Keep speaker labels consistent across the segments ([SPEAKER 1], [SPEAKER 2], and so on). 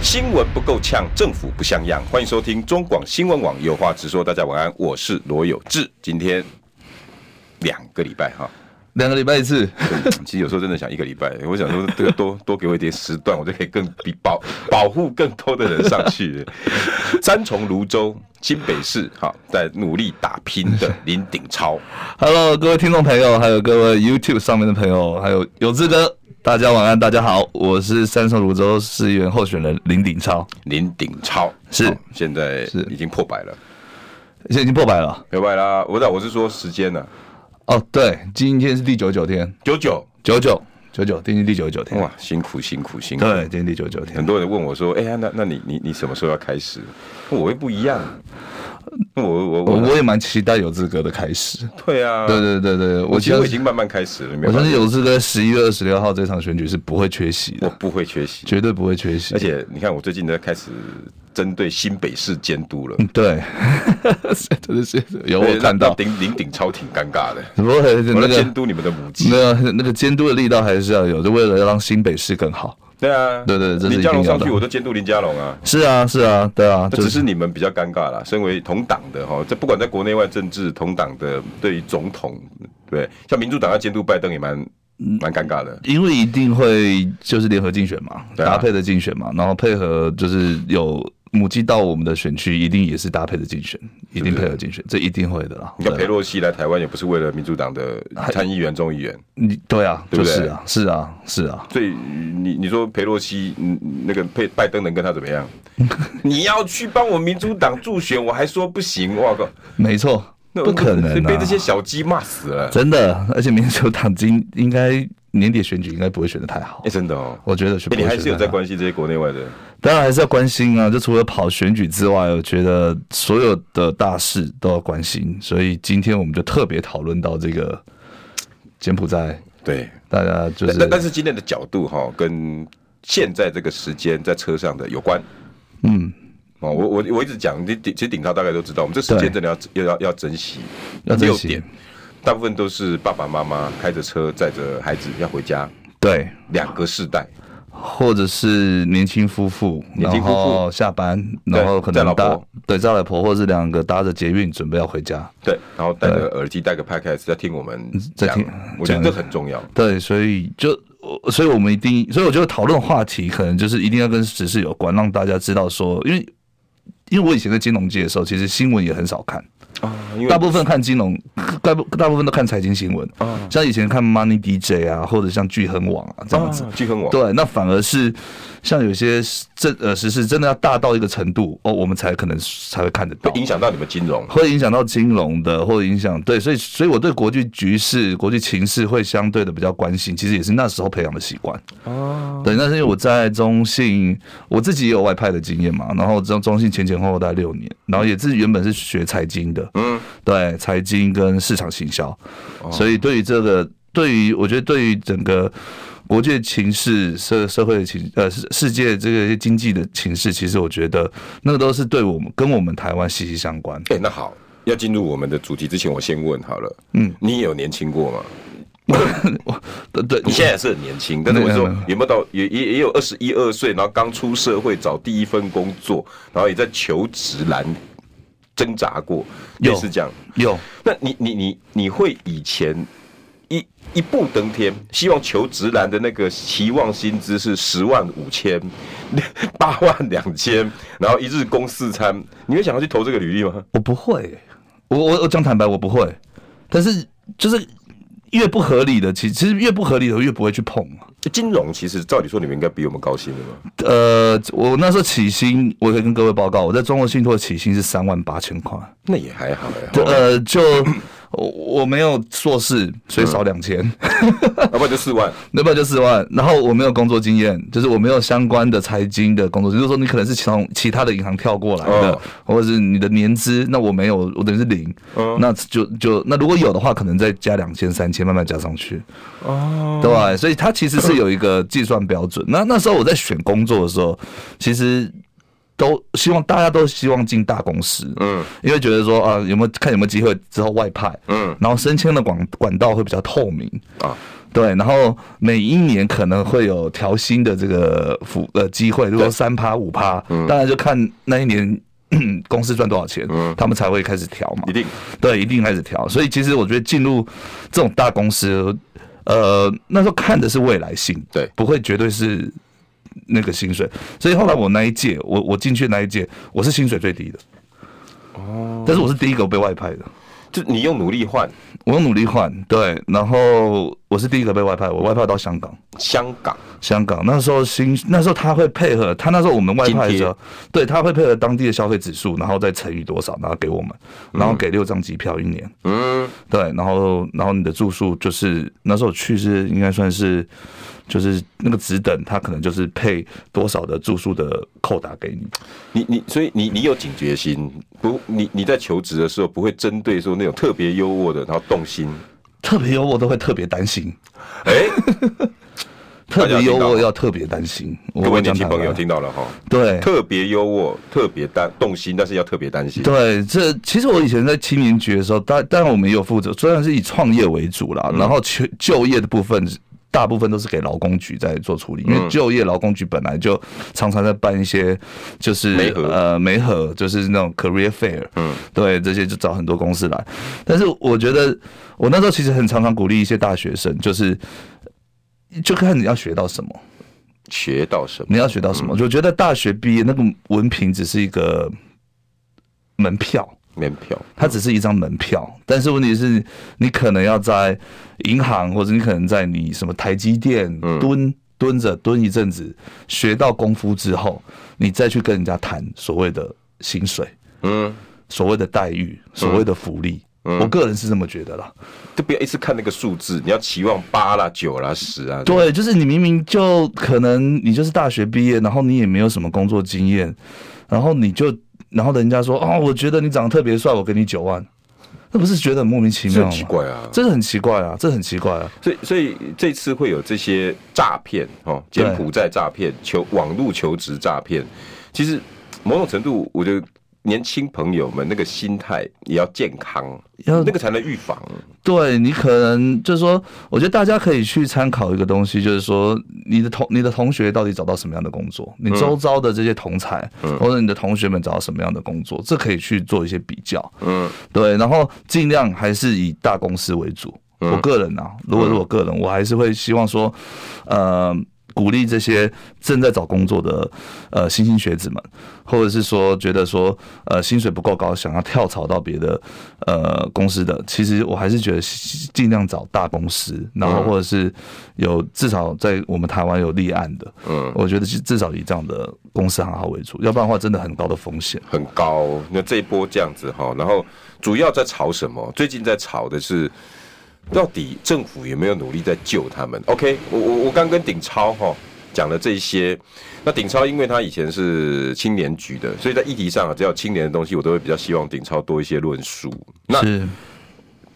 [SPEAKER 1] 新闻不够呛，政府不像样。欢迎收听中广新闻网有话直说。大家晚安，我是罗有志。今天两个礼拜哈，
[SPEAKER 2] 两个礼拜一次，
[SPEAKER 1] 对 其实有时候真的想一个礼拜，我想说这个多 多给我一点时段，我就可以更比保保护更多的人上去。 三重泸州新北市哈，在努力打拼 的林鼎超，
[SPEAKER 2] Hello，各位听众朋友，还有各位 YouTube 上面的朋友，还有有志哥，大家晚安，大家好，我是三重泸州市议员候选人林鼎超，
[SPEAKER 1] 林鼎超
[SPEAKER 2] 是
[SPEAKER 1] 好现在
[SPEAKER 2] 是
[SPEAKER 1] 已经破百了，
[SPEAKER 2] 现在已经破百了。
[SPEAKER 1] 明白啦。我知道我是说时间呢、啊
[SPEAKER 2] 哦，对，今天是第九九天，
[SPEAKER 1] 九九
[SPEAKER 2] 九九九九，今天第九九天，
[SPEAKER 1] 哇，辛苦辛苦辛苦。
[SPEAKER 2] 对，今天第九九天
[SPEAKER 1] 很，多人问我说：“哎、呀，那那你你你什么时候要开始？”我会不一样，我我
[SPEAKER 2] 我
[SPEAKER 1] 我
[SPEAKER 2] 我也蛮期待有志哥的开始。
[SPEAKER 1] 对啊，
[SPEAKER 2] 对对对对，我
[SPEAKER 1] 我其实
[SPEAKER 2] 相
[SPEAKER 1] 我已
[SPEAKER 2] 信
[SPEAKER 1] 经慢慢开始了，没
[SPEAKER 2] 我
[SPEAKER 1] 办
[SPEAKER 2] 相信
[SPEAKER 1] 法
[SPEAKER 2] 有志哥十一月二十六号这场选举是不会缺席
[SPEAKER 1] 我
[SPEAKER 2] 的，
[SPEAKER 1] 不会缺席，
[SPEAKER 2] 绝对不会缺席
[SPEAKER 1] 而。且你看我最近呢开始针对新北市监督了，
[SPEAKER 2] 对， 真的是有
[SPEAKER 1] 对
[SPEAKER 2] 嗯我
[SPEAKER 1] 那
[SPEAKER 2] 看
[SPEAKER 1] 那
[SPEAKER 2] 到，
[SPEAKER 1] 顶顶顶超挺尴尬的，
[SPEAKER 2] 不过那
[SPEAKER 1] 我在
[SPEAKER 2] 个
[SPEAKER 1] 监督你们的母鸡
[SPEAKER 2] 没，有那个监督的力道还是要有，就为了让新北市更好。
[SPEAKER 1] 对啊，
[SPEAKER 2] 对对这是
[SPEAKER 1] 林佳龙
[SPEAKER 2] 一定
[SPEAKER 1] 上
[SPEAKER 2] 要的
[SPEAKER 1] 去我都监督林佳龙啊。
[SPEAKER 2] 是啊，是啊，对啊，
[SPEAKER 1] 那只
[SPEAKER 2] 就是
[SPEAKER 1] 是你们比较尴尬啦，身为同党的哈，这不管在国内外政治，同党的对于总统，对，像民主党要监督拜登也蛮
[SPEAKER 2] 嗯
[SPEAKER 1] 蛮尴尬的。
[SPEAKER 2] 因为一定会就是联合竞选嘛，
[SPEAKER 1] 对啊
[SPEAKER 2] 搭配的竞选嘛，然后配合就是有母鸡到我们的选区，一定也是搭配的竞选，一定配合竞选，这一定会的啦。
[SPEAKER 1] 你看
[SPEAKER 2] 对
[SPEAKER 1] 裴
[SPEAKER 2] 啊
[SPEAKER 1] 洛西来台湾也不是为了民主党的参议员、众议员，
[SPEAKER 2] 你对啊，
[SPEAKER 1] 对不
[SPEAKER 2] 就
[SPEAKER 1] 对
[SPEAKER 2] 是啊，是啊，是啊，
[SPEAKER 1] 所以你你说裴洛西，嗯，那个佩拜登能跟他怎么 样？你要去帮我民主党助选，我还说不行，哇靠，
[SPEAKER 2] 没错，
[SPEAKER 1] 那
[SPEAKER 2] 不可能
[SPEAKER 1] 被这些
[SPEAKER 2] 啊，
[SPEAKER 1] 小鸡骂死了。
[SPEAKER 2] 真的，而且民主党今应该年底选举应该不会选的太好
[SPEAKER 1] 哎，，真的哦，
[SPEAKER 2] 我觉得是
[SPEAKER 1] 哎
[SPEAKER 2] 不啊
[SPEAKER 1] 你
[SPEAKER 2] 会
[SPEAKER 1] 还
[SPEAKER 2] 选
[SPEAKER 1] 是有
[SPEAKER 2] 得
[SPEAKER 1] 在
[SPEAKER 2] 太好。
[SPEAKER 1] 关心这些国内外的，
[SPEAKER 2] 当然还是要关心啊！就除了跑选举之外，我觉得所有的大事都要关心。所以今天我们就特别讨论到这个柬埔寨，
[SPEAKER 1] 对，
[SPEAKER 2] 大家就
[SPEAKER 1] 但但但
[SPEAKER 2] 是
[SPEAKER 1] 是今天的角度哈，跟现在这个时间在车上的有关。
[SPEAKER 2] 嗯，
[SPEAKER 1] 哦，我我我一直讲，你顶其实顶超大概都知道，我们这时间真的要要要要珍惜。
[SPEAKER 2] 要珍
[SPEAKER 1] 六
[SPEAKER 2] 惜
[SPEAKER 1] 点，大部分都是爸爸妈妈开着车载着孩子要回家，
[SPEAKER 2] 对，
[SPEAKER 1] 两个世代，
[SPEAKER 2] 或者是年轻夫妇，
[SPEAKER 1] 年轻
[SPEAKER 2] 然
[SPEAKER 1] 夫妇
[SPEAKER 2] 后下班，然后可
[SPEAKER 1] 载
[SPEAKER 2] 能
[SPEAKER 1] 老
[SPEAKER 2] 搭
[SPEAKER 1] 婆
[SPEAKER 2] 对赵老婆，或是两个搭着捷运准备要回家。
[SPEAKER 1] 对，然后戴着耳机戴个 podcast 在听我们
[SPEAKER 2] 嗯在
[SPEAKER 1] 讲
[SPEAKER 2] 听，
[SPEAKER 1] 我觉得
[SPEAKER 2] 讲
[SPEAKER 1] 这很重要。
[SPEAKER 2] 对，所以就我所以我们一定，所以我觉得讨论话题可能就是一定要跟时事有关，让大家知道说，因为因为我以前在金融界的时候，其实新闻也很少看。
[SPEAKER 1] 啊，因为
[SPEAKER 2] 大部分看金融，大部大部分都看财经新闻，
[SPEAKER 1] 哦
[SPEAKER 2] 像以前看 Money DJ 啊，或者像聚亨网啊这样子。
[SPEAKER 1] 啊聚亨网
[SPEAKER 2] 对，那反而是像有些政呃时事真的要大到一个程度哦，我们才可能才会看得
[SPEAKER 1] 会
[SPEAKER 2] 到，
[SPEAKER 1] 影响到你们金融，
[SPEAKER 2] 会影响到金融的，或者影响对，所以所以我对国际局势、国际情势会相对的比较关心，其实也是那时候培养的习惯。哦，对，那是因为我在中信，我自己也有外派的经验嘛，然后中中信前前后后大概六年，然后也自己原本是学财经的，嗯，哦对，财经跟市场行销，所以对于这个，对于我觉得对于整个。国际情势、社社会的情呃世世界这个经济的情势，其实我觉得那个都是对我们跟我们台湾息息相关。
[SPEAKER 1] 哎、那好，要进入我们的主题之前，我先问好了，嗯，你也有年轻过吗？
[SPEAKER 2] 嗯 对对，
[SPEAKER 1] 你现在也是很年轻，但是我
[SPEAKER 2] 没有
[SPEAKER 1] 说
[SPEAKER 2] 没
[SPEAKER 1] 有没有到也也也有二十一二岁，然后刚出社会找第一份工作，然后也在求职栏挣扎过，
[SPEAKER 2] 有
[SPEAKER 1] 类似这样。
[SPEAKER 2] 有
[SPEAKER 1] 那你你你你会以前一一步登天，希望求职栏的那个期望薪资是十万五千、 八万两千，然后一日供四餐，你会想要去投这个履历吗？
[SPEAKER 2] 我不会，我我我讲坦白，我不会。但是就是越不合理的，其其实越不合理的我越不会去碰。
[SPEAKER 1] 金融其实照理说你们应该比我们高薪的嘛，
[SPEAKER 2] 呃，我那时候起薪，我可以跟各位报告，我在中国信托的起薪是三万八千块。
[SPEAKER 1] 那也还好哎、
[SPEAKER 2] 对，呃，就我我没有硕士，所以少两千，
[SPEAKER 1] 要不然就四万。
[SPEAKER 2] 那不然就四万。然后我没有工作经验，就是我没有相关的财经的工作，就是说你可能是从其他的银行跳过来的，
[SPEAKER 1] 哦
[SPEAKER 2] 或者是你的年资，那我没有，我等于是零。
[SPEAKER 1] 嗯
[SPEAKER 2] 那就就那如果有的话，可能再加两千、三千，慢慢加上去。
[SPEAKER 1] 哦，
[SPEAKER 2] 对，所以它其实是有一个计算标准。那那时候我在选工作的时候，其实都希望大家都希望进大公司，
[SPEAKER 1] 嗯
[SPEAKER 2] 因为觉得说啊，有没有看有没有机会之后外派，
[SPEAKER 1] 嗯
[SPEAKER 2] 然后升迁的管管道会比较透明。
[SPEAKER 1] 啊，
[SPEAKER 2] 对，然后每一年可能会有调薪的这个幅呃机会，如果三趴五趴，当然就看那一年 公司赚多少钱，
[SPEAKER 1] 嗯
[SPEAKER 2] 他们才会开始调嘛
[SPEAKER 1] 一。定
[SPEAKER 2] 对，一定开始调。所以其实我觉得进入这种大公司，呃，那时候看的是未来性，
[SPEAKER 1] 对
[SPEAKER 2] 不会绝对是那个薪水。所以后来我那一届，我我进去那一届，我是薪水最低的。哦，但是我是第一个被外派的，
[SPEAKER 1] 就你用努力换
[SPEAKER 2] 我用努力换对，然后我是第一个被外派，我外派到香港，
[SPEAKER 1] 香港
[SPEAKER 2] 香港那时候薪，那时候他会配合他那时候我们外派的时候，对他会配合当地的消费指数，然后再乘以多少，然后给我们，然后给六张机票一年，
[SPEAKER 1] 嗯
[SPEAKER 2] 对，然后然后你的住宿就是那时候去是应该算是就是那个职等，他可能就是配多少的住宿的扣打给你。
[SPEAKER 1] 你你，所以你你有警觉心，不，你你在求职的时候不会针对说那种特别优渥的，然后动心。
[SPEAKER 2] 特别优渥都会特别担心，
[SPEAKER 1] 哎、
[SPEAKER 2] 特
[SPEAKER 1] 家
[SPEAKER 2] 别优
[SPEAKER 1] 听到
[SPEAKER 2] 渥
[SPEAKER 1] 吗
[SPEAKER 2] 要特别担心。
[SPEAKER 1] 各
[SPEAKER 2] 我
[SPEAKER 1] 位
[SPEAKER 2] 会
[SPEAKER 1] 年
[SPEAKER 2] 讲
[SPEAKER 1] 轻
[SPEAKER 2] 坦白
[SPEAKER 1] 朋友听到了哈，
[SPEAKER 2] 对
[SPEAKER 1] 特别优渥，特别担动心，但是要特别担心。
[SPEAKER 2] 对，这其实我以前在青年局的时候，但但我们也有负责，虽然是以创业为主啦，
[SPEAKER 1] 嗯
[SPEAKER 2] 然后就就业的部分。大部分都是给劳工局在做处理，因为
[SPEAKER 1] 嗯
[SPEAKER 2] 就业劳工局本来就常常在办一些，就是
[SPEAKER 1] 媒合
[SPEAKER 2] 呃媒合，就是那种 career fair，嗯，对，这些就找很多公司来。但是我觉得我那时候其实很常常鼓励一些大学生，就是就看你要学到什么，
[SPEAKER 1] 学到什么？
[SPEAKER 2] 你要学到什
[SPEAKER 1] 嗯
[SPEAKER 2] 么。我觉得大学毕业那个文凭只是一个门票，
[SPEAKER 1] 门票。
[SPEAKER 2] 它只是一张门票，但是问题是，你可能要在银行，或者你可能在你什么台积电蹲蹲着蹲一阵子，学到功夫之后，你再去跟人家谈所谓的薪水、
[SPEAKER 1] 嗯，
[SPEAKER 2] 所谓的待遇、所谓的福利。我个人是这么觉得啦。
[SPEAKER 1] 就不要一直看那个数字，你要期望八啦、九啦、十啊。
[SPEAKER 2] 对，就是你明明就可能你就是大学毕业，然后你也没有什么工作经验，然后你就然后人家说哦，我觉得你长得特别帅，我给你九万，那不是觉得很莫名其
[SPEAKER 1] 这
[SPEAKER 2] 妙
[SPEAKER 1] 很
[SPEAKER 2] 吗？
[SPEAKER 1] 奇怪啊。
[SPEAKER 2] 这很奇怪啊，这很奇怪啊。
[SPEAKER 1] 所以，所以这次会有这些诈骗哦，
[SPEAKER 2] 对
[SPEAKER 1] 柬埔寨诈骗、求网络求职诈骗，其实某种程度，我觉得年轻朋友们那个心态也要健康，
[SPEAKER 2] 要
[SPEAKER 1] 那个才能预防。
[SPEAKER 2] 对你可能就是说，我觉得大家可以去参考一个东西，就是说你的同你的同学到底找到什么样的工作，你周遭的这些同才、或者你的同学们找到什么样的工作，这可以去做一些比较。
[SPEAKER 1] 嗯，
[SPEAKER 2] 对，然后尽量还是以大公司为主。
[SPEAKER 1] 嗯
[SPEAKER 2] 我个人啊，如果是我个人，我还是会希望说，呃，鼓励这些正在找工作的呃新兴学子们，或者是说觉得说呃薪水不够高，想要跳槽到别的呃公司的，其实我还是觉得尽量找大公司，然
[SPEAKER 1] 嗯
[SPEAKER 2] 后或者是有至少在我们台湾有立案的，
[SPEAKER 1] 嗯，
[SPEAKER 2] 我觉得至少以这样的公司行号为主，要不然的话真的很高的风险。
[SPEAKER 1] 很高。那这一波这样子哈，然后主要在炒什么？最近在炒的是，到底政府有没有努力在救他们？OK，我我我刚跟鼎超哈讲了这些。那鼎超因为他以前是青年局的，所以在议题上啊，只要有青年的东西，我都会比较希望鼎超多一些论述。那
[SPEAKER 2] 是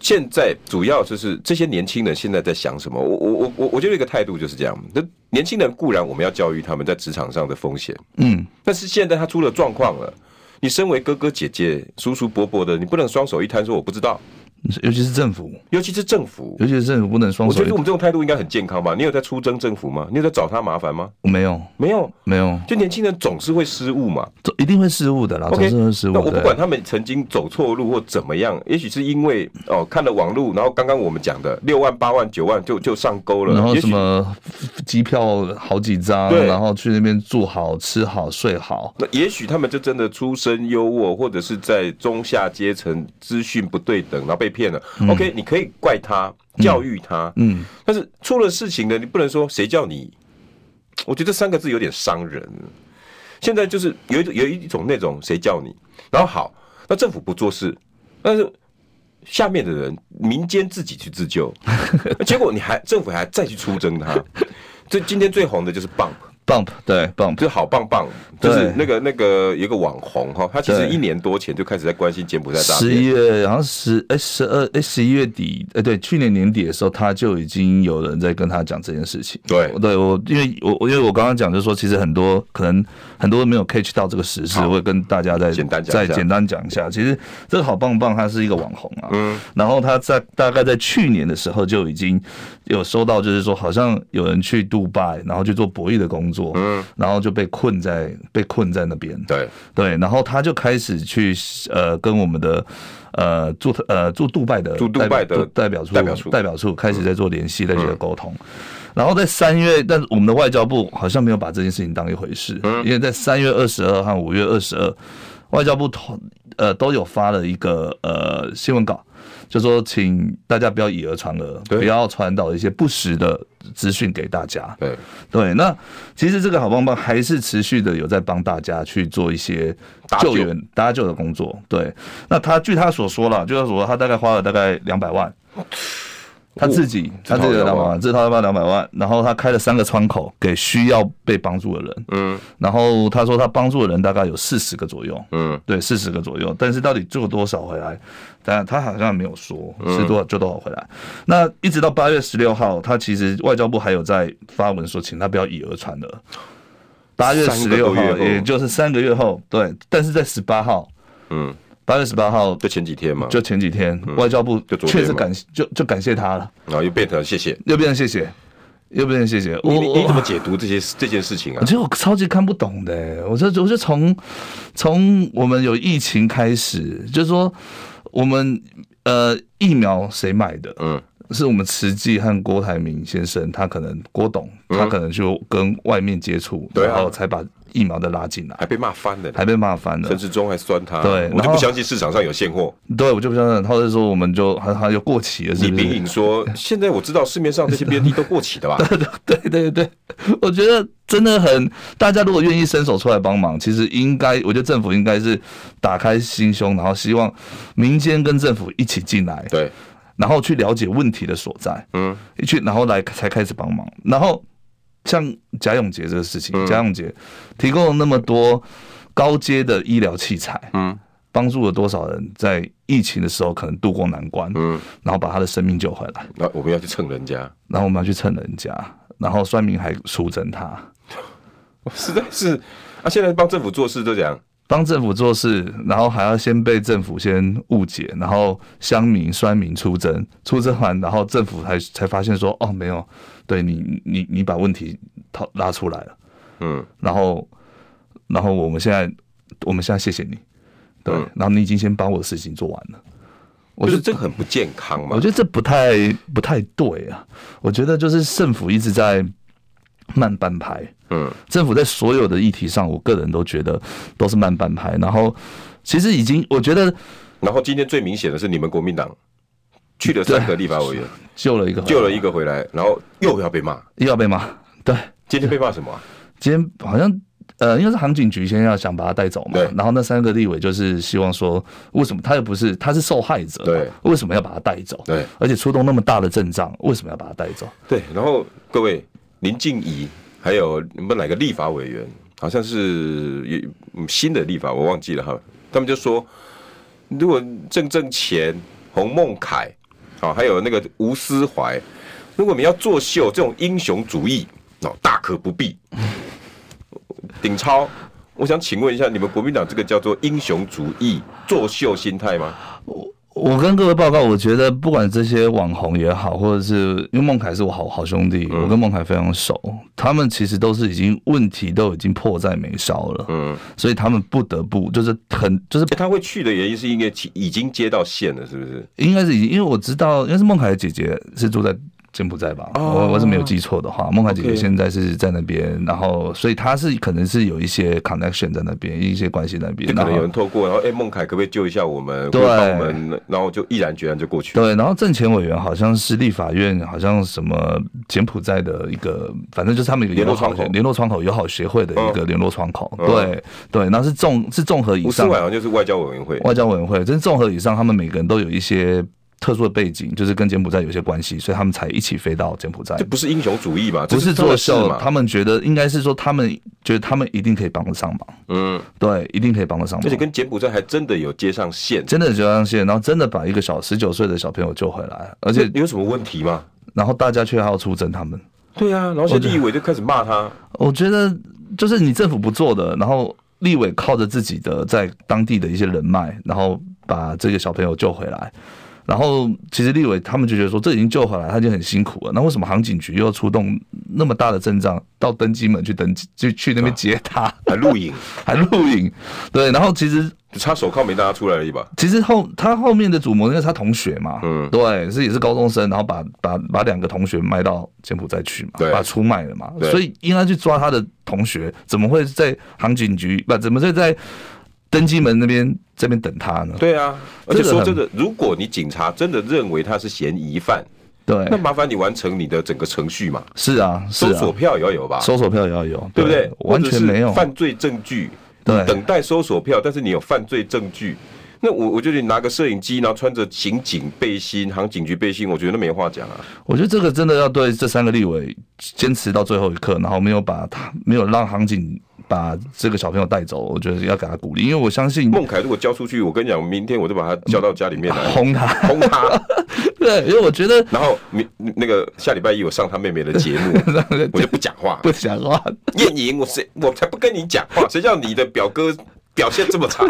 [SPEAKER 1] 现在主要就是这些年轻人现在在想什么？我我我我我觉得有一个态度就是这样。那年轻人固然我们要教育他们在职场上的风险，
[SPEAKER 2] 嗯，
[SPEAKER 1] 但是现在他出了状况了，你身为哥哥姐姐、叔叔伯伯的，你不能双手一摊说我不知道，
[SPEAKER 2] 尤其是政府。
[SPEAKER 1] 尤其是政府。
[SPEAKER 2] 尤其是政府不能双
[SPEAKER 1] 我
[SPEAKER 2] 手
[SPEAKER 1] 觉
[SPEAKER 2] 一
[SPEAKER 1] 得我们这种态度应该很健康吧？你有在出征政府吗？你有在找他麻烦吗？
[SPEAKER 2] 没有
[SPEAKER 1] 没有，
[SPEAKER 2] 没有，
[SPEAKER 1] 就年轻人总是会失误嘛。
[SPEAKER 2] 总一定会失误的啦，总
[SPEAKER 1] OK，
[SPEAKER 2] 是会失误
[SPEAKER 1] 那我不
[SPEAKER 2] 的
[SPEAKER 1] 管。他们曾经走错路或怎么样，也许是因为哦看了网络，然后刚刚我们讲的六万、八万、九万就就上钩了，
[SPEAKER 2] 然后
[SPEAKER 1] 也
[SPEAKER 2] 什
[SPEAKER 1] 许
[SPEAKER 2] 么机票好几张，
[SPEAKER 1] 对
[SPEAKER 2] 然后去那边住好、吃好、睡好，
[SPEAKER 1] 那也许他们就真的出身优渥，或者是在中下阶层，资讯不对等，然后被骗了。OK，你可以怪他，教育他，
[SPEAKER 2] 嗯，
[SPEAKER 1] 但是出了事情了，你不能说谁叫你。我觉得这三个字有点伤人。现在就是有一有一种那种谁叫你，然后好，那政府不做事，但是下面的人民间自己去自救，结果你还政府还再去出征他。这今天最红的就是 Bump，
[SPEAKER 2] bump 对 bump
[SPEAKER 1] 就是好棒棒，就是
[SPEAKER 2] 对
[SPEAKER 1] 那个那个有一个网红哈，他其实
[SPEAKER 2] 对
[SPEAKER 1] 一年多前就开始在关心柬埔寨诈
[SPEAKER 2] 十
[SPEAKER 1] 骗。
[SPEAKER 2] 月好像十哎十二哎十一月底哎对去年年底的时候他就已经有人在跟他讲这件事情。
[SPEAKER 1] 对
[SPEAKER 2] 对我，因为我我因为我刚刚讲就是说，其实很多可能很多没有 catch 到这个时事，
[SPEAKER 1] 好
[SPEAKER 2] 我也跟大家再
[SPEAKER 1] 简单讲一下
[SPEAKER 2] 再简单讲一下。其实这个好棒棒，他是一个网红啊，嗯，然后他在大概在去年的时候就已经有收到，就是说好像有人去杜拜，然后去做博弈的工作，嗯，然后就被困在被困在那边，
[SPEAKER 1] 对，
[SPEAKER 2] 对，然后他就开始去呃跟我们的呃驻呃驻杜拜的
[SPEAKER 1] 驻杜拜的
[SPEAKER 2] 代表处
[SPEAKER 1] 代表处嗯
[SPEAKER 2] 代表处开始在做联系，在做沟通。然后在三月，但是我们的外交部好像没有把这件事情当一回事，
[SPEAKER 1] 嗯
[SPEAKER 2] 因为在三月二十二和五月二十二，外交部同呃都有发了一个呃新闻稿，就说请大家不要以讹传讹，
[SPEAKER 1] 对
[SPEAKER 2] 不要传导一些不实的资讯给大家。
[SPEAKER 1] 对，
[SPEAKER 2] 对，那其实这个好棒棒还是持续的有在帮大家去做一些
[SPEAKER 1] 搭救
[SPEAKER 2] 救援、搭救的工作。对，那他据他所说了，据他所说，他大概花了大概两百万，他自己、
[SPEAKER 1] 自
[SPEAKER 2] 他
[SPEAKER 1] 掏
[SPEAKER 2] 自己的
[SPEAKER 1] 腰
[SPEAKER 2] 两百
[SPEAKER 1] 包
[SPEAKER 2] 万，自掏腰包两百万，然后他开了三个窗口给需要被帮助的人，
[SPEAKER 1] 嗯
[SPEAKER 2] 然后他说他帮助的人大概有四十个左右，
[SPEAKER 1] 嗯，
[SPEAKER 2] 对，四十个左右，但是到底做多少回来，但他好像没有说
[SPEAKER 1] 嗯
[SPEAKER 2] 是多少就多少回来。那一直到八月十六号，他其实外交部还有在发文说，请他不要以讹传讹。八月十
[SPEAKER 1] 三个
[SPEAKER 2] 六
[SPEAKER 1] 多
[SPEAKER 2] 号
[SPEAKER 1] 月，后
[SPEAKER 2] 也就是三个月后，对，但是在十八号，
[SPEAKER 1] 嗯，
[SPEAKER 2] 八月十八号
[SPEAKER 1] 就前几天嘛，
[SPEAKER 2] 就前几天，外交部
[SPEAKER 1] 就昨天
[SPEAKER 2] 确实
[SPEAKER 1] 嘛
[SPEAKER 2] 感就就感谢他了，
[SPEAKER 1] 然后又变成谢谢。
[SPEAKER 2] 又变成谢谢，又变成谢谢。
[SPEAKER 1] 你
[SPEAKER 2] 我
[SPEAKER 1] 你
[SPEAKER 2] 我
[SPEAKER 1] 你怎么解读这些这件事情啊
[SPEAKER 2] 我？觉得我超级看不懂的、我就我就从从我们有疫情开始，就是说我们呃疫苗谁买的？
[SPEAKER 1] 嗯，
[SPEAKER 2] 是我们慈济和郭台铭先生，他可能郭董，他可能就跟外面接触，
[SPEAKER 1] 嗯对啊
[SPEAKER 2] 然后才把疫苗的拉进来，
[SPEAKER 1] 还被骂翻了呢，
[SPEAKER 2] 还被骂翻了
[SPEAKER 1] 陈。志忠还酸他，
[SPEAKER 2] 对
[SPEAKER 1] 我
[SPEAKER 2] 然
[SPEAKER 1] 就
[SPEAKER 2] 后
[SPEAKER 1] 不相信市场上有现货。
[SPEAKER 2] 对，我就不相信，他就说我们就好像又过期了，是
[SPEAKER 1] 李
[SPEAKER 2] 不是
[SPEAKER 1] 炳？颖说，现在我知道市面上这些 BNT 都过期的吧？
[SPEAKER 2] 对对对，我觉得真的很，大家如果愿意伸手出来帮忙，其实应该，我觉得政府应该是打开心胸，然后希望民间跟政府一起进来，
[SPEAKER 1] 对，
[SPEAKER 2] 然后去了解问题的所在，
[SPEAKER 1] 嗯，
[SPEAKER 2] 一去然后来才开始帮忙，然后像贾永杰这个事情，
[SPEAKER 1] 嗯
[SPEAKER 2] 贾永杰提供了那么多高阶的医疗器材，
[SPEAKER 1] 嗯，
[SPEAKER 2] 帮助了多少人在疫情的时候可能渡过难关，
[SPEAKER 1] 嗯，
[SPEAKER 2] 然后把他的生命救回来。
[SPEAKER 1] 那我们要去蹭人家，
[SPEAKER 2] 然后我们要去蹭人家，然后算命还出征他，
[SPEAKER 1] 实在是啊！现在帮政府做事都这样，
[SPEAKER 2] 帮政府做事，然后还要先被政府先误解，然后乡民、酸民出征，出征完，然后政府才才发现说，哦，没有，对你，你你把问题套拉出来了，
[SPEAKER 1] 嗯，
[SPEAKER 2] 然后，然后我们现在，我们现在谢谢你，对，
[SPEAKER 1] 嗯
[SPEAKER 2] 然后你已经先把我的事情做完了，我
[SPEAKER 1] 就是
[SPEAKER 2] 觉得
[SPEAKER 1] 这个很不健康嘛
[SPEAKER 2] 我。觉得这不太不太对啊，我觉得就是政府一直在慢半拍，
[SPEAKER 1] 嗯，
[SPEAKER 2] 政府在所有的议题上，我个人都觉得都是慢半拍。然后，其实已经我觉得
[SPEAKER 1] 然后今天最明显的是你们国民党去了三个立法委员，
[SPEAKER 2] 救了一个，
[SPEAKER 1] 救了一，个回来，然后又要被骂。
[SPEAKER 2] 又要被骂。对，
[SPEAKER 1] 今天被骂什么啊、
[SPEAKER 2] 今天好像呃，应该是航警局先要想把他带走嘛
[SPEAKER 1] 对。
[SPEAKER 2] 然后那三个立委就是希望说，为什么他又不是他是受害者，
[SPEAKER 1] 对，
[SPEAKER 2] 为什么要把他带走？
[SPEAKER 1] 对
[SPEAKER 2] 而且出动那么大的阵仗，为什么要把他带走？
[SPEAKER 1] 对，然后各位林静怡还有你们哪个立法委员，好像是也嗯新的立法，我忘记了哈。他们就说，如果郑正乾、洪孟凯，啊，还有那个吴思怀，如果你要作秀这种英雄主义，哦，大可不必。顶超，我想请问一下，你们国民党这个叫做英雄主义作秀心态吗？
[SPEAKER 2] 我跟各位报告，我觉得不管这些网红也好，或者是因为孟凯是我好好兄弟，
[SPEAKER 1] 嗯
[SPEAKER 2] 我跟孟凯非常熟，他们其实都是已经问题都已经迫在眉梢了，
[SPEAKER 1] 嗯，
[SPEAKER 2] 所以他们不得不就是很就是
[SPEAKER 1] 他会去的原因是因为已经接到线了，是不是？
[SPEAKER 2] 应该是已经，因为我知道，因为是孟凯的姐姐是住在柬埔寨吧，
[SPEAKER 3] 哦
[SPEAKER 2] 我我是没有记错的话，孟凯姐姐
[SPEAKER 3] OK
[SPEAKER 2] 现在是在那边，然后所以她是可能是有一些 connection 在那边，一些关系在那边，
[SPEAKER 1] 就可能
[SPEAKER 2] 然后
[SPEAKER 1] 有人透过，然后哎，孟凯可不可以救一下我们？
[SPEAKER 2] 啊对
[SPEAKER 1] 会帮我们，然后就毅然决然就过去。
[SPEAKER 2] 对，然后政前委员好像是立法院，好像什么柬埔寨的一个，反正就是他们有一个
[SPEAKER 1] 联络
[SPEAKER 2] 友好
[SPEAKER 1] 窗口嗯
[SPEAKER 2] 协联络窗口友好协会的一个联络窗口。对对，那是综是综合以
[SPEAKER 1] 吴思
[SPEAKER 2] 上
[SPEAKER 1] 伟好像就是外交委员会，
[SPEAKER 2] 外交委员会，真是综合以上，他们每个人都有一些特殊的背景，就是跟柬埔寨有些关系，所以他们才一起飞到柬埔寨
[SPEAKER 1] 这。不是英雄主义嘛？
[SPEAKER 2] 不
[SPEAKER 1] 这
[SPEAKER 2] 是
[SPEAKER 1] 是
[SPEAKER 2] 作
[SPEAKER 1] 做事
[SPEAKER 2] 秀，
[SPEAKER 1] 嘛？
[SPEAKER 2] 他们觉得应该是说，他们觉得他们一定可以帮得上忙，
[SPEAKER 1] 嗯，
[SPEAKER 2] 对，一定可以帮得上忙。
[SPEAKER 1] 而且跟柬埔寨还真的有接上线，
[SPEAKER 2] 真的有上线，然后真的把一个小十九岁的小朋友救回来，而且
[SPEAKER 1] 有什么问题吗？
[SPEAKER 2] 然后大家却还要出征他们。
[SPEAKER 1] 对啊，然后现在立委就开始骂他，
[SPEAKER 2] 我觉得就是你政府不做的，然后立委靠着自己的在当地的一些人脉，然后把这个小朋友救回来。然后其实立委他们就觉得说，这已经救回来，他已经很辛苦了。那为什么航警局又出动那么大的阵仗到登机门去登记，就去那边截他，
[SPEAKER 1] 还录影，
[SPEAKER 2] 还录影？对，然后其实
[SPEAKER 1] 就差手铐没拿出来而已吧？
[SPEAKER 2] 其实后他后面的主谋因为是他同学嘛，
[SPEAKER 1] 嗯
[SPEAKER 2] 对，是也是高中生，然后把把把两个同学卖到柬埔寨去嘛，
[SPEAKER 1] 对
[SPEAKER 2] 把出卖了嘛，
[SPEAKER 1] 对
[SPEAKER 2] 所以应该去抓他的同学，怎么会在航警局不怎么会在登机门那边这边等他呢？
[SPEAKER 1] 对啊，而且
[SPEAKER 2] 这个
[SPEAKER 1] 说
[SPEAKER 2] 很
[SPEAKER 1] 真的，如果你警察真的认为他是嫌疑犯，
[SPEAKER 2] 对，
[SPEAKER 1] 那麻烦你完成你的整个程序嘛，
[SPEAKER 2] 是啊，哎是
[SPEAKER 1] 搜
[SPEAKER 2] 啊，
[SPEAKER 1] 索票也要有吧？
[SPEAKER 2] 搜索票也要有，
[SPEAKER 1] 对不对？
[SPEAKER 2] 完全没
[SPEAKER 1] 或者是
[SPEAKER 2] 有，
[SPEAKER 1] 犯罪证据，
[SPEAKER 2] 对
[SPEAKER 1] 你等待搜索票，但是你有犯罪证据，那我我觉得你拿个摄影机，然后穿着刑警背心、航警局背心，我觉得那没话讲啊。
[SPEAKER 2] 我觉得这个真的要对这三个立委坚持到最后一刻，然后没有把他没有让航警把这个小朋友带走，我觉得要给他鼓励，因为我相信
[SPEAKER 1] 孟凯如果交出去，我跟你讲，明天我就把他叫到家里面 来。
[SPEAKER 2] 轰他。
[SPEAKER 1] 轰他！
[SPEAKER 2] 对，因为我觉得
[SPEAKER 1] 然后明那个下礼拜一我上他妹妹的节目，我就不讲话。
[SPEAKER 2] 不讲话，
[SPEAKER 1] 燕莹，我谁我才不跟你讲话，谁叫你的表哥表现这么 差？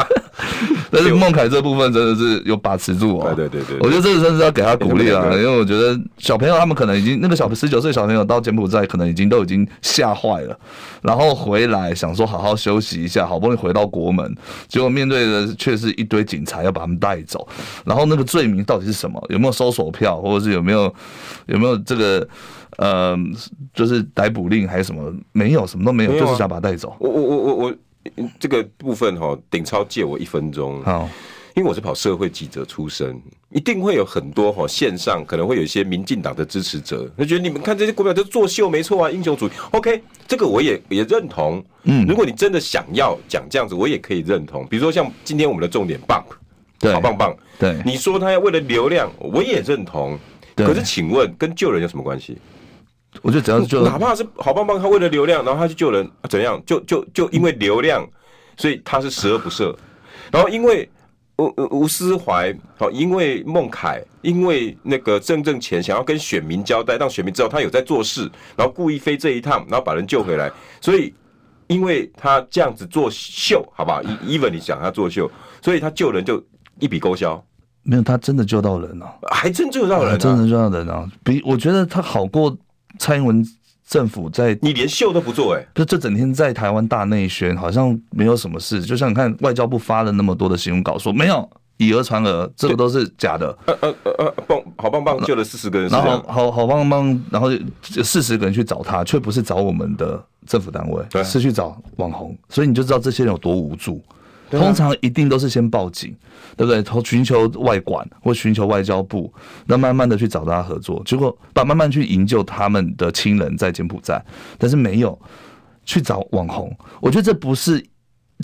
[SPEAKER 2] 但是孟凯这部分真的是有把持住哦。
[SPEAKER 1] 对对对对
[SPEAKER 2] 我觉得这个真的是要给他鼓励
[SPEAKER 1] 哎他
[SPEAKER 2] 啊，
[SPEAKER 1] 们两个
[SPEAKER 2] 因为我觉得小朋友他们可能已经那个小十九岁小朋友到柬埔寨可能已经都已经吓坏了，然后回来想说好好休息一下，好不容易回到国门，结果面对的却是一堆警察要把他们带走，然后那个罪名到底是什么？有没有搜索票，或者是有没有有没有这个呃，就是逮捕令还是什么？没有，什么都没有，
[SPEAKER 1] 没有啊
[SPEAKER 2] 就是想把他带走。
[SPEAKER 1] 我我我我我这个部分哈、顶超借我一分钟，
[SPEAKER 2] 好，
[SPEAKER 1] 因为我是跑社会记者出身，一定会有很多哈、线上可能会有一些民进党的支持者，他觉得你们看这些国民党就作秀没错啊，英雄主义。OK，这个我也也认同。嗯，如果你真的想要讲这样子，我也可以认同。比如说像今天我们的重点棒，
[SPEAKER 2] 对
[SPEAKER 1] 好棒棒。
[SPEAKER 2] 对
[SPEAKER 1] 你说他要为了流量，我也认同。
[SPEAKER 2] 对
[SPEAKER 1] 可是请问跟救人有什么关系？
[SPEAKER 2] 我觉得只要是就
[SPEAKER 1] 哪怕是好棒棒，他为了流量，然后他去救人，啊怎样？就就就因为流量，所以他是十恶不赦。然后因为吴呃吴吴思怀，好，因为孟凯，因为那个郑正前想要跟选民交代，让选民知道他有在做事，然后故意飞这一趟，然后把人救回来，所以。因为他这样子做秀，好不好？even 你想他做秀，所以他救人就一笔勾销，
[SPEAKER 2] 没有，他真的救到人啊了、
[SPEAKER 1] 还真救到人、啊。
[SPEAKER 2] 真的救到人了、比我觉得他好过蔡英文政府在，
[SPEAKER 1] 你连秀都不做、哎，
[SPEAKER 2] 就这整天在台湾大内宣，好像没有什么事。就像你看外交部发了那么多的新闻稿，说没有以讹传讹，这个都是假的。
[SPEAKER 1] 呃呃呃呃，棒，好棒棒，救了四十个人，是
[SPEAKER 2] 然
[SPEAKER 1] 这
[SPEAKER 2] 后
[SPEAKER 1] 样。
[SPEAKER 2] 好好棒棒，然后四十个人去找他，却不是找我们的政府单位，
[SPEAKER 1] 对
[SPEAKER 2] 是去找网红，所以你就知道这些人有多无助。通常一定都是先报警，对不对？从寻求外管或寻求外交部，那慢慢的去找大家合作，结果把慢慢去营救他们的亲人在柬埔寨，但是没有去找网红，我觉得这不是，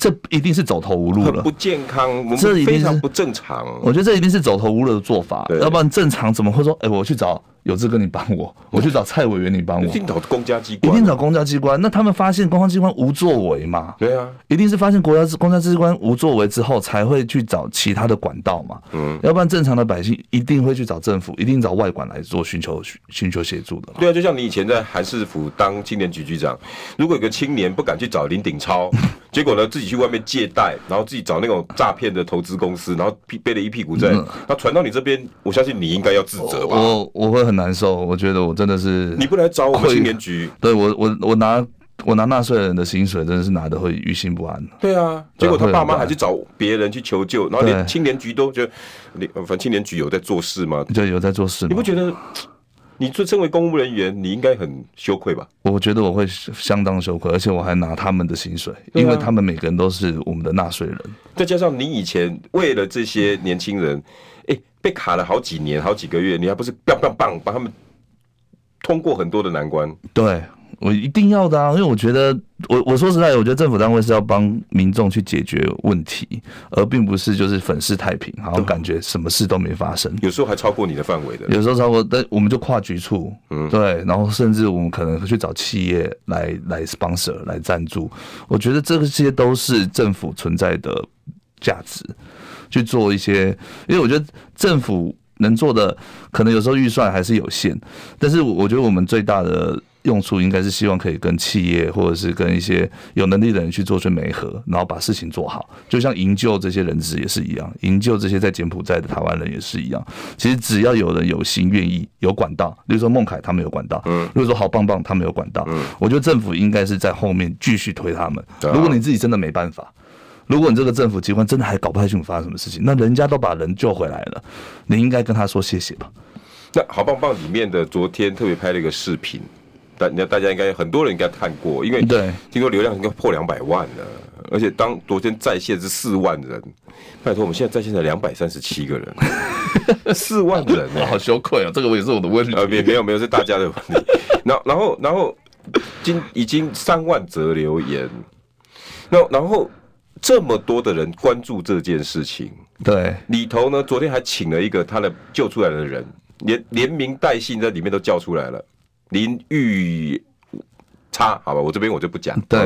[SPEAKER 2] 这一定是走投无路
[SPEAKER 1] 很
[SPEAKER 2] 了
[SPEAKER 1] 不。健康，我们
[SPEAKER 2] 这一定
[SPEAKER 1] 非
[SPEAKER 2] 是
[SPEAKER 1] 常不正常。
[SPEAKER 2] 我觉得这一定是走投无路的做法
[SPEAKER 1] 对，
[SPEAKER 2] 要不然正常怎么会说，哎、我去找有志哥你帮 我，我去找蔡委员你帮
[SPEAKER 1] 一
[SPEAKER 2] 我，
[SPEAKER 1] 定啊找公家机
[SPEAKER 2] 一
[SPEAKER 1] 关，
[SPEAKER 2] 定找公家机关。那他们发现公家机关无作为嘛，
[SPEAKER 1] 对啊，
[SPEAKER 2] 一定是发现国家公家机关无作为之后，才会去找其他的管道嘛。嗯，要不然正常的百姓一定会去找政府，一定找外管来做寻求寻求协助的嘛。
[SPEAKER 1] 对啊，就像你以前在韩市府当青年局局长，如果有个青年不敢去找林鼎 超，结果呢自己去外面借贷，然后自己找那种诈骗的投资公司，然后屁背了一屁股债，
[SPEAKER 2] 嗯
[SPEAKER 1] 那传到你这边，我相信你应该要自责吧？
[SPEAKER 2] 我我会很难受，我觉得我真的是
[SPEAKER 1] 你不来找我们
[SPEAKER 2] 会
[SPEAKER 1] 青年局，
[SPEAKER 2] 对我我我拿我拿纳税人的薪水，真的是拿的会于心不安。
[SPEAKER 1] 对啊，结
[SPEAKER 2] 对啊
[SPEAKER 1] 果他爸
[SPEAKER 2] 会
[SPEAKER 1] 妈
[SPEAKER 2] 很
[SPEAKER 1] 还去找别人去求救，然后连
[SPEAKER 2] 对啊
[SPEAKER 1] 青年局都觉得，你呃反正青年局有在做事吗？
[SPEAKER 2] 就有在做事
[SPEAKER 1] 你
[SPEAKER 2] 吗
[SPEAKER 1] 不？觉得你做身为公务人员，你应该很羞愧吧？
[SPEAKER 2] 我觉得我会相当羞愧，而且我还拿他们的薪水，
[SPEAKER 1] 对啊
[SPEAKER 2] 因为他们每个人都是我们的纳税人。
[SPEAKER 1] 再加上你以前为了这些年轻人，哎、被卡了好几年、好几个月，你还不是棒棒棒把他们通过很多的难关？
[SPEAKER 2] 对我一定要的啊，因为我觉得，我我说实在，我觉得政府单位是要帮民众去解决问题，而并不是就是粉饰太平，好像感觉什么事都没发生。
[SPEAKER 1] 有时候还超过你的范围的。
[SPEAKER 2] 有时候超过，但我们就跨局处，嗯，对，然后甚至我们可能去找企业来来 sponsor 来赞助，我觉得这些都是政府存在的价值，去做一些，因为我觉得政府能做的，可能有时候预算还是有限，但是我觉得我们最大的。用处应该是希望可以跟企业或者是跟一些有能力的人去做出媒合，然后把事情做好。就像营救这些人质也是一样，营救这些在柬埔寨的台湾人也是一样。其实只要有人有心愿意有管道，例如说孟凯他们有管道，嗯，例如说好棒棒他们有管道，嗯，我觉得政府应该是在后面继续推他们。嗯
[SPEAKER 1] 对啊
[SPEAKER 2] 如果你自己真的没办法，如果你这个政府机关真的还搞不太清楚发生什么事情，那人家都把人救回来了，你应该跟他说谢谢吧。
[SPEAKER 1] 那好棒棒里面的昨天特别拍了一个视频，大家大家应该很多人应该看过，因为
[SPEAKER 2] 对
[SPEAKER 1] 听说流量应该破两百万了，而且当昨天在线是四万人，拜托我们现在在线才两百三十七个人，四万人呢、
[SPEAKER 2] 好羞愧哦，这个我也是我的问题
[SPEAKER 1] 呃，没没有没有是大家的问题。然后然后然后，今已经三万则留言，那然后这么多的人关注这件事情，
[SPEAKER 2] 对，
[SPEAKER 1] 里头呢，昨天还请了一个他的救出来的人，连连名带姓在里面都叫出来了，林玉差，好吧，我这边我就不讲。
[SPEAKER 2] 对，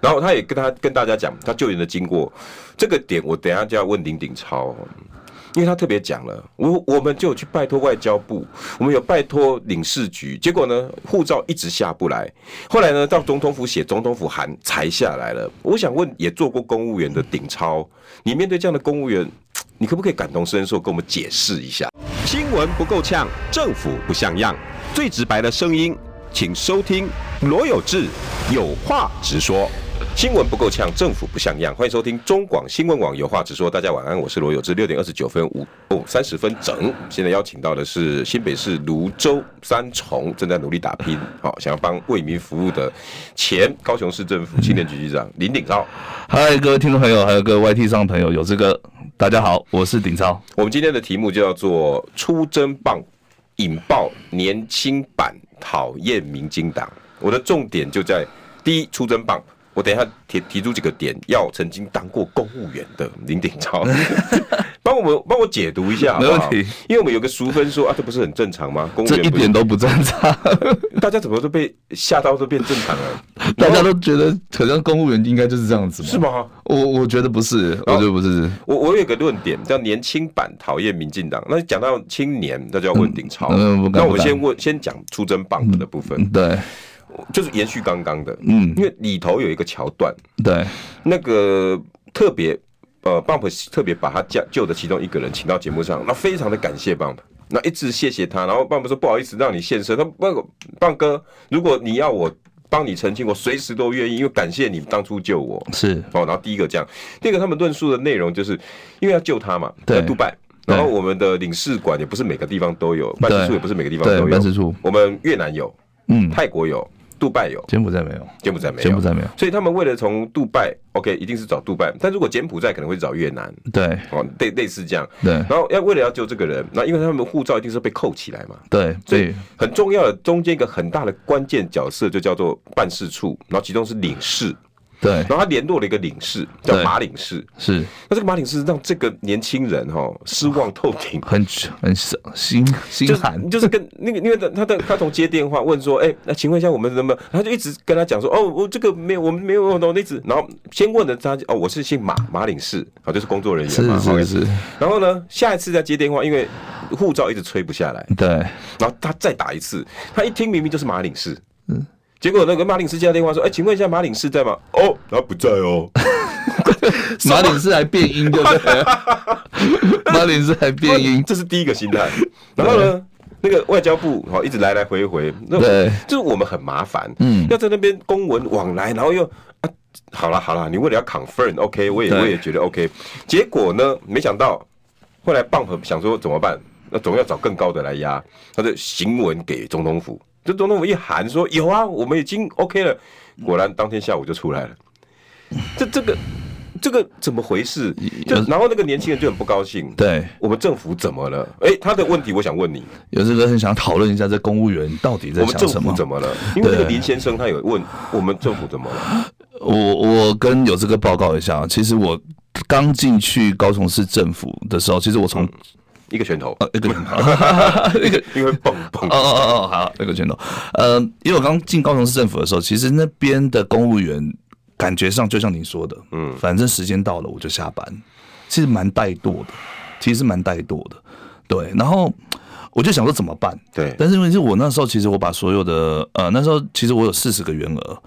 [SPEAKER 1] 然后他也跟他跟大家讲他救援的经过，这个点我等一下就要问林鼎超哦，因为他特别讲了，我我们就有去拜托外交部，我们有拜托领事局，结果呢，护照一直下不来，后来呢，到总统府写总统府函才下来了。我想问，也做过公务员的鼎超，你面对这样的公务员，你可不可以感同身受，跟我们解释一下？
[SPEAKER 4] 新闻不够呛，政府不像样，最直白的声音，请收听罗有志有话直说。
[SPEAKER 1] 新闻不够呛，政府不像样。欢迎收听中广新闻网，有话直说。大家晚安，我是罗有志。六点二十九分五哦三十分整。现在邀请到的是新北市泸州三重正在努力打拼，好、想要帮为民服务的前高雄市政府青年局局长林鼎超。
[SPEAKER 2] 嗨，各位听众朋友，还有各位 YT 上的朋友，有这个大家好，我是鼎超。
[SPEAKER 1] 我们今天的题目就叫做“出征棒引爆年轻版讨厌民进党”。我的重点就在第一，出征棒。我等一下提提出几个点，要曾经当过公务员的林鼎 超，帮我们帮我解读一下好不好？
[SPEAKER 2] 没问题
[SPEAKER 1] 因为我们有个淑芬说啊，这不是很正常吗？公务
[SPEAKER 2] 这一
[SPEAKER 1] 员不是
[SPEAKER 2] 点都不正 常，
[SPEAKER 1] 大家怎么都被吓到都变正常了，
[SPEAKER 2] 大家都觉得好像公务员应该 就是这样子嘛？
[SPEAKER 1] 是？吗？
[SPEAKER 2] 我我觉得不是，我觉得不是。
[SPEAKER 1] 我我有一个论点叫年轻版讨厌民进党，那讲到青年，那就要问鼎超。
[SPEAKER 2] 嗯不敢
[SPEAKER 1] 那我
[SPEAKER 2] 不敢
[SPEAKER 1] 先问，先讲出征棒的部分。
[SPEAKER 2] 嗯对
[SPEAKER 1] 就是延续刚刚的，嗯，因为里头有一个桥段，
[SPEAKER 2] 对
[SPEAKER 1] 那个特别呃，Bump 特别把他救救的其中一个人请到节目上，那非常的感谢 Bump，那一直谢谢他，然后 Bump 说不好意思让你现身，他棒棒哥，如果你要我帮你澄清，我随时都愿意，因为感谢你当初救我。
[SPEAKER 2] 是，
[SPEAKER 1] 哦，然后第一个这样，第二个他们论述的内容就是因为要救他嘛，
[SPEAKER 2] 对
[SPEAKER 1] 在杜拜。
[SPEAKER 2] 对
[SPEAKER 1] 然后我们的领事馆也不是每个地方都有，办事处也不是每个地方
[SPEAKER 2] 对
[SPEAKER 1] 都有。
[SPEAKER 2] 办事处
[SPEAKER 1] 我们越南有，
[SPEAKER 2] 嗯，
[SPEAKER 1] 泰国有，杜拜有，
[SPEAKER 2] 柬埔寨没有，
[SPEAKER 1] 柬埔寨没有，
[SPEAKER 2] 柬埔寨没有。
[SPEAKER 1] 所以他们为了从杜拜，OK，一定是找杜拜，但如果柬埔寨可能会找越南，
[SPEAKER 2] 对
[SPEAKER 1] 哦，类类似这样。
[SPEAKER 2] 对
[SPEAKER 1] 然后要为了要救这个人，那因为他们护照一定是被扣起来嘛，
[SPEAKER 2] 对，
[SPEAKER 1] 所
[SPEAKER 2] 所
[SPEAKER 1] 以
[SPEAKER 2] 以
[SPEAKER 1] 很重要的中间一个很大的关键角色就叫做办事处，然后其中是领事，
[SPEAKER 2] 对
[SPEAKER 1] 然后他联络了一个领事叫
[SPEAKER 2] 对
[SPEAKER 1] 马领事，
[SPEAKER 2] 是
[SPEAKER 1] 那这个马领事让这个年轻人哈、哦、失望透顶，
[SPEAKER 2] 很很心心
[SPEAKER 1] 就是
[SPEAKER 2] 寒，
[SPEAKER 1] 就是跟那个，因为他他的他从接电话问说，哎、那请问一下我们能不能？他就一直跟他讲说，哦，我这个没有，我们没有我那只，然后先问了他，哦，我是姓马马领事，啊，就是工作人员嘛
[SPEAKER 2] 是，
[SPEAKER 1] OK
[SPEAKER 2] 是是，
[SPEAKER 1] 然后呢，下一次再接电话，因为护照一直催不下来，
[SPEAKER 2] 对
[SPEAKER 1] 然后他再打一次，他一听明明就是马领事，
[SPEAKER 2] 嗯
[SPEAKER 1] 结果那个马领事接到电话说，哎、请问一下马领事在吗？哦，他不在哦，
[SPEAKER 2] 马里斯还变音，对不对？ 马里斯还变音，
[SPEAKER 1] 这是第一个心态。然后呢，那个外交部哦好一直来来回回，那
[SPEAKER 2] 对
[SPEAKER 1] 就是我们很麻烦，
[SPEAKER 2] 嗯
[SPEAKER 1] 要在那边公文往来，然后又啊，好了好了，你为了要 confirm，OK，、我也
[SPEAKER 2] 对
[SPEAKER 1] 我也觉得 OK，结果呢，没想到后来 Bump 想说怎么办？那总要找更高的来压。他就行文给总统府，这总统府一喊说有啊，我们已经 OK 了，果然当天下午就出来了。这这个这个怎么回事？就然后那个年轻人就很不高兴。
[SPEAKER 2] 对，
[SPEAKER 1] 我们政府怎么了？哎、他的问题我想问你，
[SPEAKER 2] 有这个很想讨论一下，这公务员到底在
[SPEAKER 1] 我们
[SPEAKER 2] 想
[SPEAKER 1] 政
[SPEAKER 2] 什
[SPEAKER 1] 府
[SPEAKER 2] 么？
[SPEAKER 1] 怎么了？因为那个
[SPEAKER 2] 对
[SPEAKER 1] 林先生他有问我们政府怎么了？
[SPEAKER 2] 我我跟有这个报告一下，其实我刚进去高雄市政府的时候，其实我
[SPEAKER 1] 嗯
[SPEAKER 2] 从
[SPEAKER 1] 一个拳 头，
[SPEAKER 2] 呃一个 一个
[SPEAKER 1] 因为蹦蹦
[SPEAKER 2] 哦哦哦哦，好，那个拳头。呃，因为我刚进高雄市政府的时候，其实那边的公务员感觉上就像你说的，嗯，反正时间到了我就下班，其实蛮怠惰的，其实是蛮怠惰的，对。然后我就想说怎么办？
[SPEAKER 1] 对
[SPEAKER 2] 但是问题是我那时候其实我把所有的呃那时候其实我有四十个员额，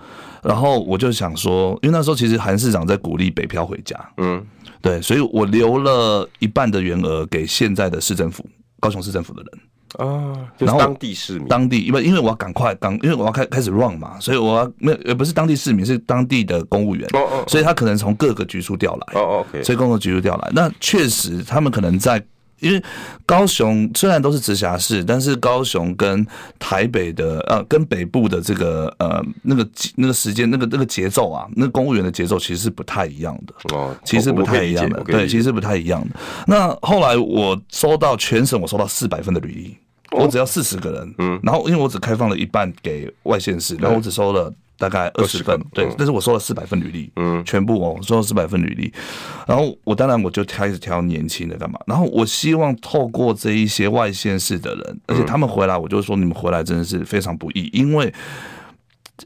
[SPEAKER 2] 然后我就想说，因为那时候其实韩市长在鼓励北漂回家，
[SPEAKER 1] 嗯，
[SPEAKER 2] 对，所以我留了一半的员额给现在的市政府高雄市政府的人。
[SPEAKER 1] 啊，就是
[SPEAKER 2] 然后
[SPEAKER 1] 当地市民。
[SPEAKER 2] 当地，因为因为我要赶快刚，因为我要开开始 run 嘛，所以我要没有呃不是当地市民，是当地的公务员，
[SPEAKER 1] 哦哦
[SPEAKER 2] 所以他可能从各个局处调来，
[SPEAKER 1] 哦哦，OK，
[SPEAKER 2] 所以公务局处调来。那确实，他们可能在因为高雄虽然都是直辖市，但是高雄跟台北的呃跟北部的这个呃那个那个时间那个那个节奏啊，那公务员的节奏其实是不太一样的。
[SPEAKER 1] 哦，
[SPEAKER 2] 其实
[SPEAKER 1] 我
[SPEAKER 2] 不
[SPEAKER 1] 我可
[SPEAKER 2] 太
[SPEAKER 1] 以
[SPEAKER 2] 一
[SPEAKER 1] 理解
[SPEAKER 2] 样的，
[SPEAKER 1] 我可以
[SPEAKER 2] 对，
[SPEAKER 1] 理解
[SPEAKER 2] 其实不太一样的。那后来我收到全省，我收到四百分的履历，我只要四十个人，哦嗯，然后因为我只开放了一半给外县市，然后我只收了。大概嗯二十
[SPEAKER 1] 20个
[SPEAKER 2] 份，对，但是我收了四百份履历，嗯，全部哦，我收了四百份履历，然后我当然我就开始挑年轻的干嘛，然后我希望透过这一些外县市的人，而且他们回来，我就说你们回来真的是非常不易，因为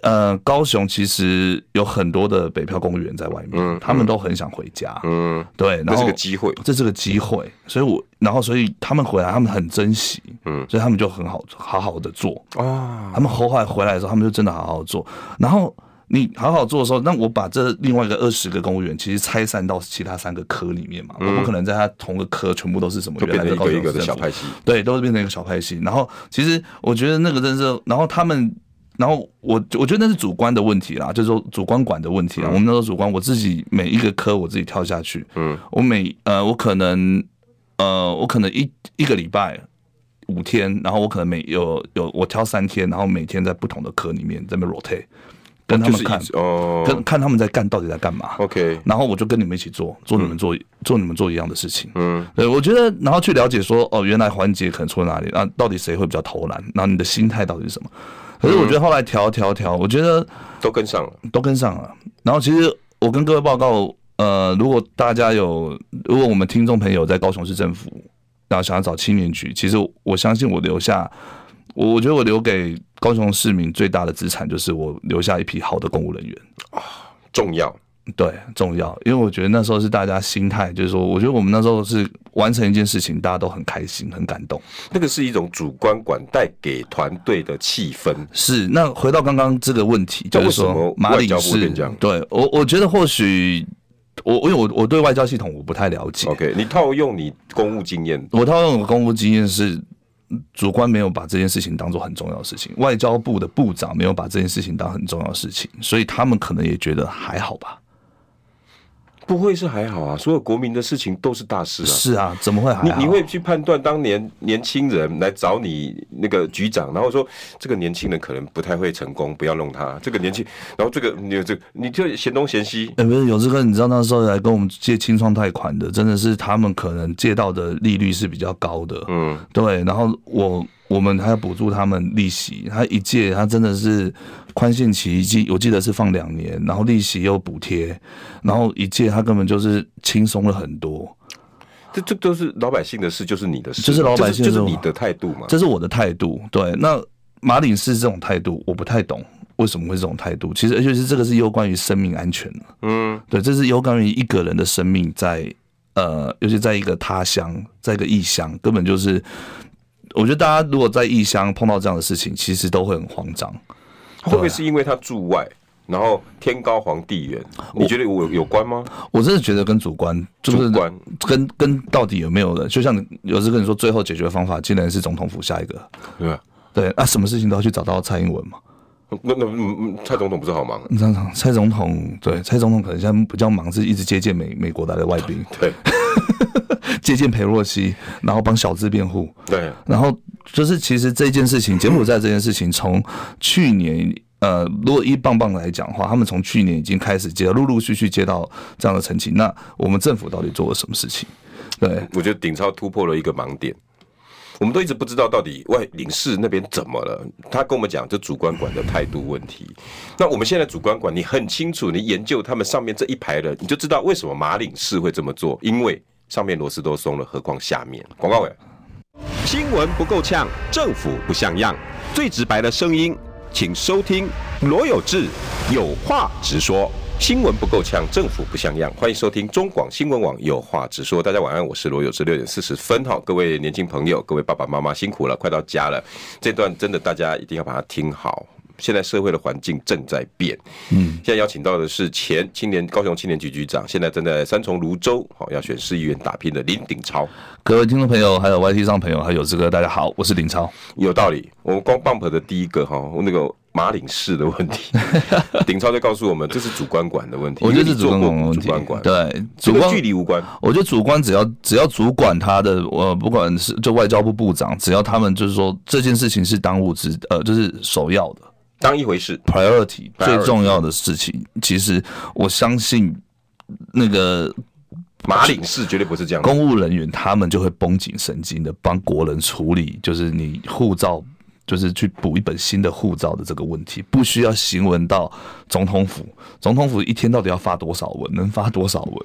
[SPEAKER 2] 呃，高雄其实有很多的北漂公务员在外面，他们都很想回家，
[SPEAKER 1] 嗯，
[SPEAKER 2] 对，
[SPEAKER 1] 那
[SPEAKER 2] 然
[SPEAKER 1] 是
[SPEAKER 2] 后
[SPEAKER 1] 个机会。
[SPEAKER 2] 这是个机会，所以我，然后所以他们回来，他们很珍惜，嗯，所以他们就很好好好的做，
[SPEAKER 1] 啊，
[SPEAKER 2] 他们后来回来的时候，他们就真的好好做，然后。你好好做的时候，那我把这另外一个二十个公务员，其实拆散到其他三个科里面嘛，我不可能在他同个科全部都是什么
[SPEAKER 1] 嗯就
[SPEAKER 2] 原
[SPEAKER 1] 变
[SPEAKER 2] 来
[SPEAKER 1] 成一个
[SPEAKER 2] 高雄
[SPEAKER 1] 一个的
[SPEAKER 2] 市
[SPEAKER 1] 小
[SPEAKER 2] 政府
[SPEAKER 1] 派系。
[SPEAKER 2] 对，都是变成一个小派系。然后其实我觉得那个真是，然后他们，然后我我觉得那是主观的问题啦，就是说主观管的问题啊。
[SPEAKER 1] 嗯
[SPEAKER 2] 我们那时候主观，我自己每一个科我自己跳下去，嗯，我每呃我可能呃我可能一一个礼拜。五天，然后我可能每有有我挑三天，然后每天在不同的科里面在那边 rotate，跟他
[SPEAKER 1] 就
[SPEAKER 2] 们
[SPEAKER 1] 是
[SPEAKER 2] 看，
[SPEAKER 1] 一直哦
[SPEAKER 2] 跟看他们在干到底在干嘛。
[SPEAKER 1] ，OK，
[SPEAKER 2] 然后我就跟你们一起做，做你们做、做你们做一样的事情。
[SPEAKER 1] 嗯，
[SPEAKER 2] 对，我觉得，然后去了解说，哦，原来环节可能出在哪里，那到底谁会比较投篮，然后你的心态到底是什么？可是我觉得后来调调调，我觉得
[SPEAKER 1] 都跟上了。
[SPEAKER 2] 都跟上了。然后其实我跟各位报告，呃，如果大家有，如果我们听众朋友在高雄市政府，然后想要找青年局，其实我相信我留下，我我觉得我留给高雄市民最大的资产就是我留下一批好的公务人员。
[SPEAKER 1] 重要，
[SPEAKER 2] 对，重要，因为我觉得那时候是大家心态，就是说，我觉得我们那时候是完成一件事情，大家都很开心，很感动。
[SPEAKER 1] 那个是一种主观管带给团队的气氛。
[SPEAKER 2] 是，那回到刚刚这个问题，
[SPEAKER 1] 那
[SPEAKER 2] 就是
[SPEAKER 1] 为什么
[SPEAKER 2] 说，马
[SPEAKER 1] 外
[SPEAKER 2] 里
[SPEAKER 1] 交部会
[SPEAKER 2] 是
[SPEAKER 1] 变这样
[SPEAKER 2] 对我，我觉得或许我因为我我对外交系统我不太了解
[SPEAKER 1] OK，你套用你公务经验，
[SPEAKER 2] 我套用我公务经验是，主观没有把这件事情当做很重要的事情，外交部的部长没有把这件事情当很重要的事情，所以他们可能也觉得还好吧。
[SPEAKER 1] 不会是还好啊？所有国民的事情都是大事啊。
[SPEAKER 2] 是啊，怎么会还
[SPEAKER 1] 你
[SPEAKER 2] 好？
[SPEAKER 1] 你会去判断当年年轻人来找你那个局长，然后说这个年轻人可能不太会成功，不要弄他。这个年轻，然后这个你有这个，你就嫌东嫌西，
[SPEAKER 2] 哎、不是有这个，你知道那时候来跟我们借清创贷款的，真的是他们可能借到的利率是比较高的，
[SPEAKER 1] 嗯，
[SPEAKER 2] 对。然后我我们还要补助他们利息，他一借他真的是宽限期一记，我记得是放两年，然后利息又补贴，然后一借他根本就是轻松了很多。
[SPEAKER 1] 这这都是老百姓的事，就是你的事，
[SPEAKER 2] 就是老百姓
[SPEAKER 1] 就
[SPEAKER 2] 的事
[SPEAKER 1] 是你的态度嘛。
[SPEAKER 2] 这是我的态度。对，那马领事这种态度，我不太懂为什么会是这种态度。其实，而且是这个是攸关于生命安全的。
[SPEAKER 1] 嗯，
[SPEAKER 2] 对，这是有关于一个人的生命在呃，尤其在一个他乡，在一个异乡，根本就是，我觉得大家如果在异乡碰到这样的事情，其实都会很慌张。
[SPEAKER 1] 会不
[SPEAKER 2] 啊
[SPEAKER 1] 会是因为他住外，然后天高皇帝远？你觉得我有关吗？
[SPEAKER 2] 我真的觉得跟主观就是
[SPEAKER 1] 主观
[SPEAKER 2] 跟跟到底有没有人，就像有时跟你说，最后解决方法竟然是总统府下一个。
[SPEAKER 1] 对吧？
[SPEAKER 2] 对，那、什么事情都要去找到蔡英文嘛？
[SPEAKER 1] 那那嗯嗯蔡总统不是好忙？
[SPEAKER 2] 你想想，蔡总统对蔡总统可能现在比较忙，是一直接见美美国来的外宾。
[SPEAKER 1] 对，
[SPEAKER 2] 接见裴若曦，然后帮小资辩护，
[SPEAKER 1] 对，
[SPEAKER 2] 然后就是其实这件事情，柬埔寨这件事情，从去年。呃，如果一棒棒来讲的话，他们从去年已经开始接，陆陆续续接到这样的陈情。那我们政府到底做了什么事情？对，
[SPEAKER 1] 我觉得顶超突破了一个盲点。我们都一直不知道到底外领事那边怎么了。他跟我们讲，这主管管的态度问题。那我们现在主管管，你很清楚，你研究他们上面这一排人，你就知道为什么马领事会这么做，因为上面螺丝都松了，何况下面。广告尾，
[SPEAKER 4] 新闻不够呛，政府不像样，最直白的声音，请收听罗有志有话直说。
[SPEAKER 1] 新闻不够呛，政府不像样。欢迎收听中广新闻网，有话直说。大家晚安，我是罗有志，六点四十分哈。各位年轻朋友，各位爸爸妈妈辛苦了，快到家了。这段真的大家一定要把它听好。现在社会的环境正在变，嗯，现在邀请到的是前青年高雄青年局局长，现在正在三重泸州好要选市议员打拼的林鼎超。
[SPEAKER 2] 各位听众朋友，还有 YT 上朋友，还有这个大家好，我是林超。
[SPEAKER 1] 有道理。我们光 bump 的第一个哈，那个马领事的问 题，顶超就告诉我们，这是主观管的问题。
[SPEAKER 2] 我觉得
[SPEAKER 1] 因为
[SPEAKER 2] 是
[SPEAKER 1] 你
[SPEAKER 2] 主
[SPEAKER 1] 做
[SPEAKER 2] 观
[SPEAKER 1] 过
[SPEAKER 2] 管的问
[SPEAKER 1] 主
[SPEAKER 2] 题
[SPEAKER 1] 观管，，
[SPEAKER 2] 对，
[SPEAKER 1] 这
[SPEAKER 2] 主
[SPEAKER 1] 跟
[SPEAKER 2] 观
[SPEAKER 1] 距离无关。
[SPEAKER 2] 我觉得主观只要只要主管他的呃，不管是就外交部部长，只要他们就是说这件事情是当务之呃，就是首要的
[SPEAKER 1] 当一回事。
[SPEAKER 2] priority 最
[SPEAKER 1] Priority
[SPEAKER 2] 重要的事情，其实我相信那个
[SPEAKER 1] 马领事绝对不是这样的。
[SPEAKER 2] 公务人员他们就会绷紧神经的帮国人处理，就是你护照。就是去补一本新的护照的这个问题，不需要行文到总统府。总统府一天到底要发多少文？能发多少文？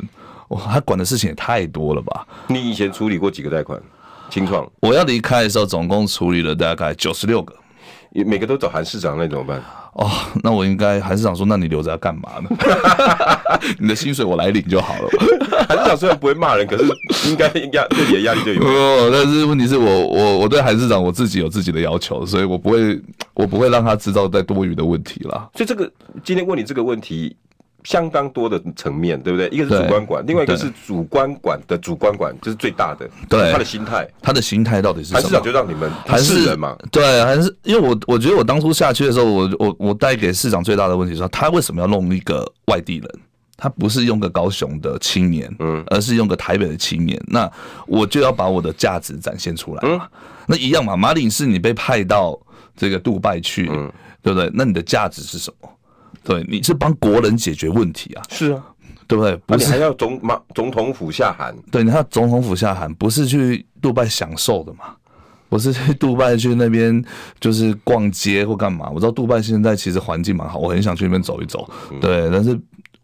[SPEAKER 2] 哇，他管的事情也太多了吧！
[SPEAKER 1] 你以前处理过几个贷款？清创，
[SPEAKER 2] 我要离开的时候，总共处理了大概九十六个。
[SPEAKER 1] 每个都找韩市长，那怎么办？
[SPEAKER 2] 哦，那我应该韩市长说，那你留着要干嘛呢？ 你的薪水我来领就好了。
[SPEAKER 1] 韩市长虽然不会骂人，可是应该压对你的压力就有。
[SPEAKER 2] 哦，但是问题是我我我对韩市长我自己有自己的要求，所以我不会我不会让他知道再多余的问题啦。
[SPEAKER 1] 所以这个今天问你这个问题，相当多的层面，对不对？一个是主
[SPEAKER 2] 对
[SPEAKER 1] 观管，另外一个
[SPEAKER 2] 对
[SPEAKER 1] 是主观管的主观管，这是最大的。
[SPEAKER 2] 对
[SPEAKER 1] 他的心态，
[SPEAKER 2] 他的心态到底是
[SPEAKER 1] 韩
[SPEAKER 2] 什
[SPEAKER 1] 市长
[SPEAKER 2] 么
[SPEAKER 1] 就？让你们，他
[SPEAKER 2] 还
[SPEAKER 1] 是人嘛，
[SPEAKER 2] 对，还是因为我我觉得我当初下去的时候，我我我带给市长最大的问题是，他为什么要弄一个外地人？他不是用个高雄的青年，嗯，而是用个台北的青年。那我就要把我的价值展现出来嘛。
[SPEAKER 1] 嗯
[SPEAKER 2] 那一样嘛，马领事你被派到这个杜拜去，
[SPEAKER 1] 嗯
[SPEAKER 2] 对不对？那你的价值是什么？对，你是帮国人解决问题啊，
[SPEAKER 1] 是啊，
[SPEAKER 2] 对不对？
[SPEAKER 1] 那
[SPEAKER 2] 不
[SPEAKER 1] 你
[SPEAKER 2] 是
[SPEAKER 1] 还要总马总统府下函，
[SPEAKER 2] 对，你看总统府下函不是去杜拜享受的嘛？我是去杜拜去那边就是逛街或干嘛？我知道杜拜现在其实环境蛮好，我很想去那边走一走。对，但是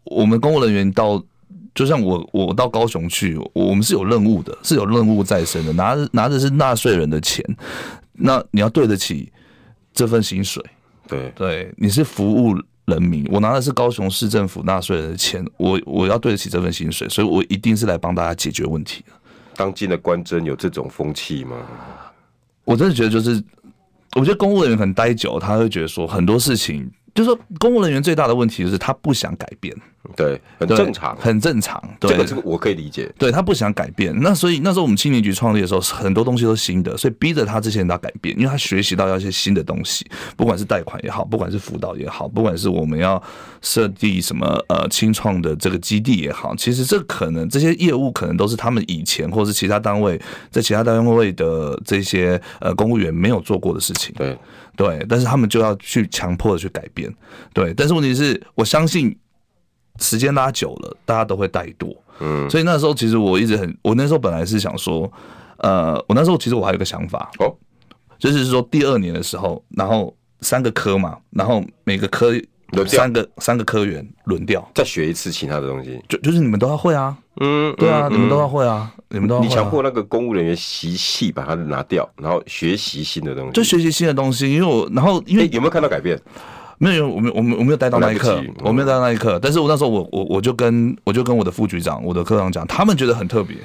[SPEAKER 2] 我们公务人员到，就像我我到高雄去，我我们是有任务的，是有任务在身的，拿着拿着是纳税人的钱，那你要对得起这份薪水。
[SPEAKER 1] 对，
[SPEAKER 2] 对，你是服务人民，我拿的是高雄市政府纳税人的钱，我我要对得起这份薪水，所以我一定是来帮大家解决问题的。
[SPEAKER 1] 当今的官真有这种风气吗？
[SPEAKER 2] 我真的觉得就是，我觉得公务人员可能待久，他会觉得说很多事情，就是说公务人员最大的问题就是他不想改变，
[SPEAKER 1] 对，很
[SPEAKER 2] 对
[SPEAKER 1] 正常。
[SPEAKER 2] 很正常，
[SPEAKER 1] 这
[SPEAKER 2] 对
[SPEAKER 1] 个。这个我可以理解，
[SPEAKER 2] 对他不想改变，那所以那时候我们青年局创立的时候，很多东西都新的，所以逼着他这些人要改变，因为他学习到要一些新的东西，不管是贷款也好，不管是辅导也好，不管是我们要设计什么呃清创的这个基地也好，其实这可能这些业务可能都是他们以前或是其他单位在其他单位的这些呃公务员没有做过的事情。
[SPEAKER 1] 对，
[SPEAKER 2] 对，但是他们就要去强迫的去改变，对。但是问题是我相信时间拉久了，大家都会怠惰，嗯。所以那时候其实我一直很，我那时候本来是想说，呃，我那时候其实我还有一个想法，
[SPEAKER 1] 哦，
[SPEAKER 2] 就是说第二年的时候，然后三个科嘛，然后每个科
[SPEAKER 1] 轮调
[SPEAKER 2] 三个三个科员轮调，
[SPEAKER 1] 再学一次其他的东西。
[SPEAKER 2] 就就是你们都要会啊，
[SPEAKER 1] 嗯，
[SPEAKER 2] 对啊，你们都要会啊，你们都要会
[SPEAKER 1] 你
[SPEAKER 2] 啊、
[SPEAKER 1] 强迫那个公务人员习气把它拿掉，然后学习新的东西。
[SPEAKER 2] 就学习新的东西，因为我然后因
[SPEAKER 1] 哎、
[SPEAKER 2] 为
[SPEAKER 1] 有没有看到改变？
[SPEAKER 2] 没有，我没有我没有我没有待到那一
[SPEAKER 1] 哦来
[SPEAKER 2] 刻
[SPEAKER 1] 不及，嗯
[SPEAKER 2] 我没有待到那一刻。但是我那时候我我我就跟我就跟我的副局长、我的科长讲，他们觉得很特别，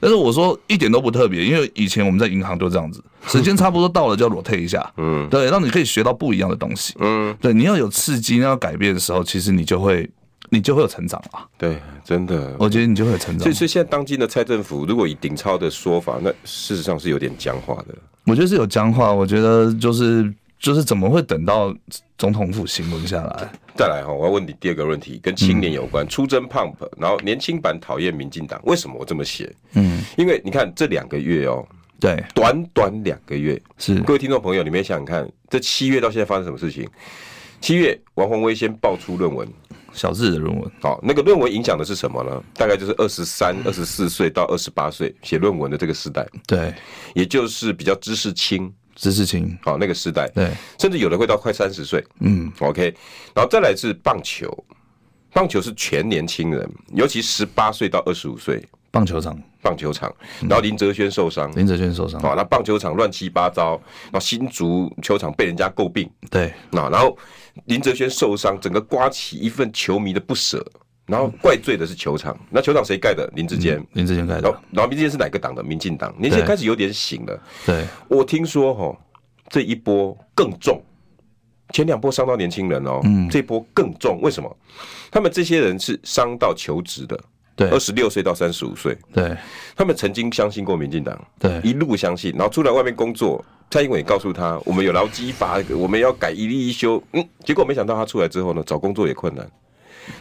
[SPEAKER 2] 但是我说一点都不特别，因为以前我们在银行就这 样子，时间差不多到了就要裸退一下，嗯，对，让你可以学到不一样的东西，
[SPEAKER 1] 嗯，
[SPEAKER 2] 对，你要有刺激，你要改变的时候，其实你就会你就会有成长啊，
[SPEAKER 1] 对，真的。
[SPEAKER 2] 我觉得你就会有成
[SPEAKER 1] 所
[SPEAKER 2] 长
[SPEAKER 1] 以，，所以现在当今的蔡政府，如果以顶超的说法，那事实上是有点僵化的。
[SPEAKER 2] 我觉得是有僵化，我觉得就是。就是怎么会等到总统府行文下来？
[SPEAKER 1] 再来哈，我要问你第二个问题，跟青年有关，出征 pump，然后年轻版讨厌民进党，为什么我这么写？
[SPEAKER 2] 嗯，
[SPEAKER 1] 因为你看这两个月哦，
[SPEAKER 2] 对，
[SPEAKER 1] 短短两个月，
[SPEAKER 2] 是
[SPEAKER 1] 各位听众朋友，你们也想想看，这七月到现在发生什么事情？七月，王宏威先爆出论文，
[SPEAKER 2] 小智的论文，
[SPEAKER 1] 好，那个论文影响的是什么呢？大概就是二十三、二十四岁到二十八岁写论文的这个时代，
[SPEAKER 2] 对，
[SPEAKER 1] 也就是比较知识轻，
[SPEAKER 2] 知事情，
[SPEAKER 1] 好那个时代，
[SPEAKER 2] 对，
[SPEAKER 1] 甚至有的会到快三十岁。
[SPEAKER 2] 嗯，
[SPEAKER 1] OK，然后再来是棒球，棒球是全年轻人，尤其十八岁到二十五岁
[SPEAKER 2] 棒球场
[SPEAKER 1] 棒球场。
[SPEAKER 2] 嗯
[SPEAKER 1] 然后林哲轩受伤，
[SPEAKER 2] 林哲轩受伤，
[SPEAKER 1] 嗯哦，那棒球场乱七八糟，然后新竹球场被人家诟病，
[SPEAKER 2] 对，
[SPEAKER 1] 那然后林哲轩受伤，整个刮起一份球迷的不舍，然后怪罪的是球场。那球场谁盖的？林志坚。
[SPEAKER 2] 林哲轩开
[SPEAKER 1] 然后
[SPEAKER 2] 的，，
[SPEAKER 1] 然后林志坚是哪个党的？民进党。林志坚
[SPEAKER 2] 嗯对
[SPEAKER 1] 开始有点醒了。
[SPEAKER 2] 对，
[SPEAKER 1] 我听说哈，这一波更重，前两波伤到年轻人哦，
[SPEAKER 2] 嗯
[SPEAKER 1] 这一波更重。为什么？他们这些人是伤到求职的，二
[SPEAKER 2] 对，
[SPEAKER 1] 十六岁到三十五岁，
[SPEAKER 2] 对，
[SPEAKER 1] 他们曾经相信过民进党，
[SPEAKER 2] 对，
[SPEAKER 1] 一路相信，然后出来外面工作。蔡英文也告诉他，我们有劳基法，我们要改一例一休。嗯，结果没想到他出来之后呢，找工作也困难，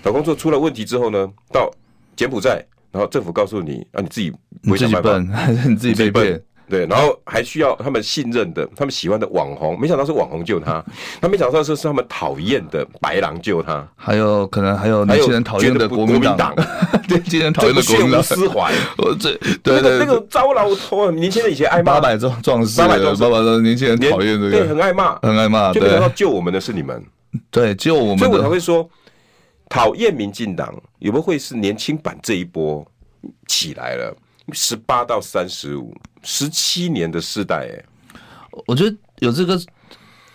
[SPEAKER 1] 找工作出了问题之后呢，到柬埔寨，然后政府告诉你啊，你自己不
[SPEAKER 2] 你
[SPEAKER 1] 会
[SPEAKER 2] 自
[SPEAKER 1] 想
[SPEAKER 2] 己
[SPEAKER 1] 办法，
[SPEAKER 2] 笨 还是你自己被骗？
[SPEAKER 1] 对，然后还需要他们信任的、他们喜欢的网红，没想到是网红救他，他没想到是是他们讨厌的白狼救他，
[SPEAKER 2] 还有可能还有
[SPEAKER 1] 还
[SPEAKER 2] 年
[SPEAKER 1] 有
[SPEAKER 2] 轻人讨厌
[SPEAKER 1] 觉得
[SPEAKER 2] 的
[SPEAKER 1] 不
[SPEAKER 2] 国
[SPEAKER 1] 国
[SPEAKER 2] 民
[SPEAKER 1] 民
[SPEAKER 2] 党
[SPEAKER 1] 党，
[SPEAKER 2] 对，年轻人讨
[SPEAKER 1] 这
[SPEAKER 2] 厌
[SPEAKER 1] 不
[SPEAKER 2] 的
[SPEAKER 1] 屑
[SPEAKER 2] 国民
[SPEAKER 1] 无
[SPEAKER 2] 党，
[SPEAKER 1] 私怀，
[SPEAKER 2] 我这
[SPEAKER 1] 那
[SPEAKER 2] 对
[SPEAKER 1] 个那
[SPEAKER 2] 对
[SPEAKER 1] 个糟老头，年轻人以前爱骂，
[SPEAKER 2] 八百壮壮士，
[SPEAKER 1] 八百壮士
[SPEAKER 2] 八百壮士，年轻人
[SPEAKER 1] 连
[SPEAKER 2] 讨厌这
[SPEAKER 1] 对，
[SPEAKER 2] 个，
[SPEAKER 1] 很爱骂，
[SPEAKER 2] 很爱骂，
[SPEAKER 1] 就没想到
[SPEAKER 2] 对
[SPEAKER 1] 救我们的是你们，
[SPEAKER 2] 对，只有我
[SPEAKER 1] 所
[SPEAKER 2] 们
[SPEAKER 1] 以我才
[SPEAKER 2] 的
[SPEAKER 1] 会说，讨厌民进党有没有会是年轻版这一波起来了，十八到三十五，十七年的世代、哎，
[SPEAKER 2] 我觉得有这个，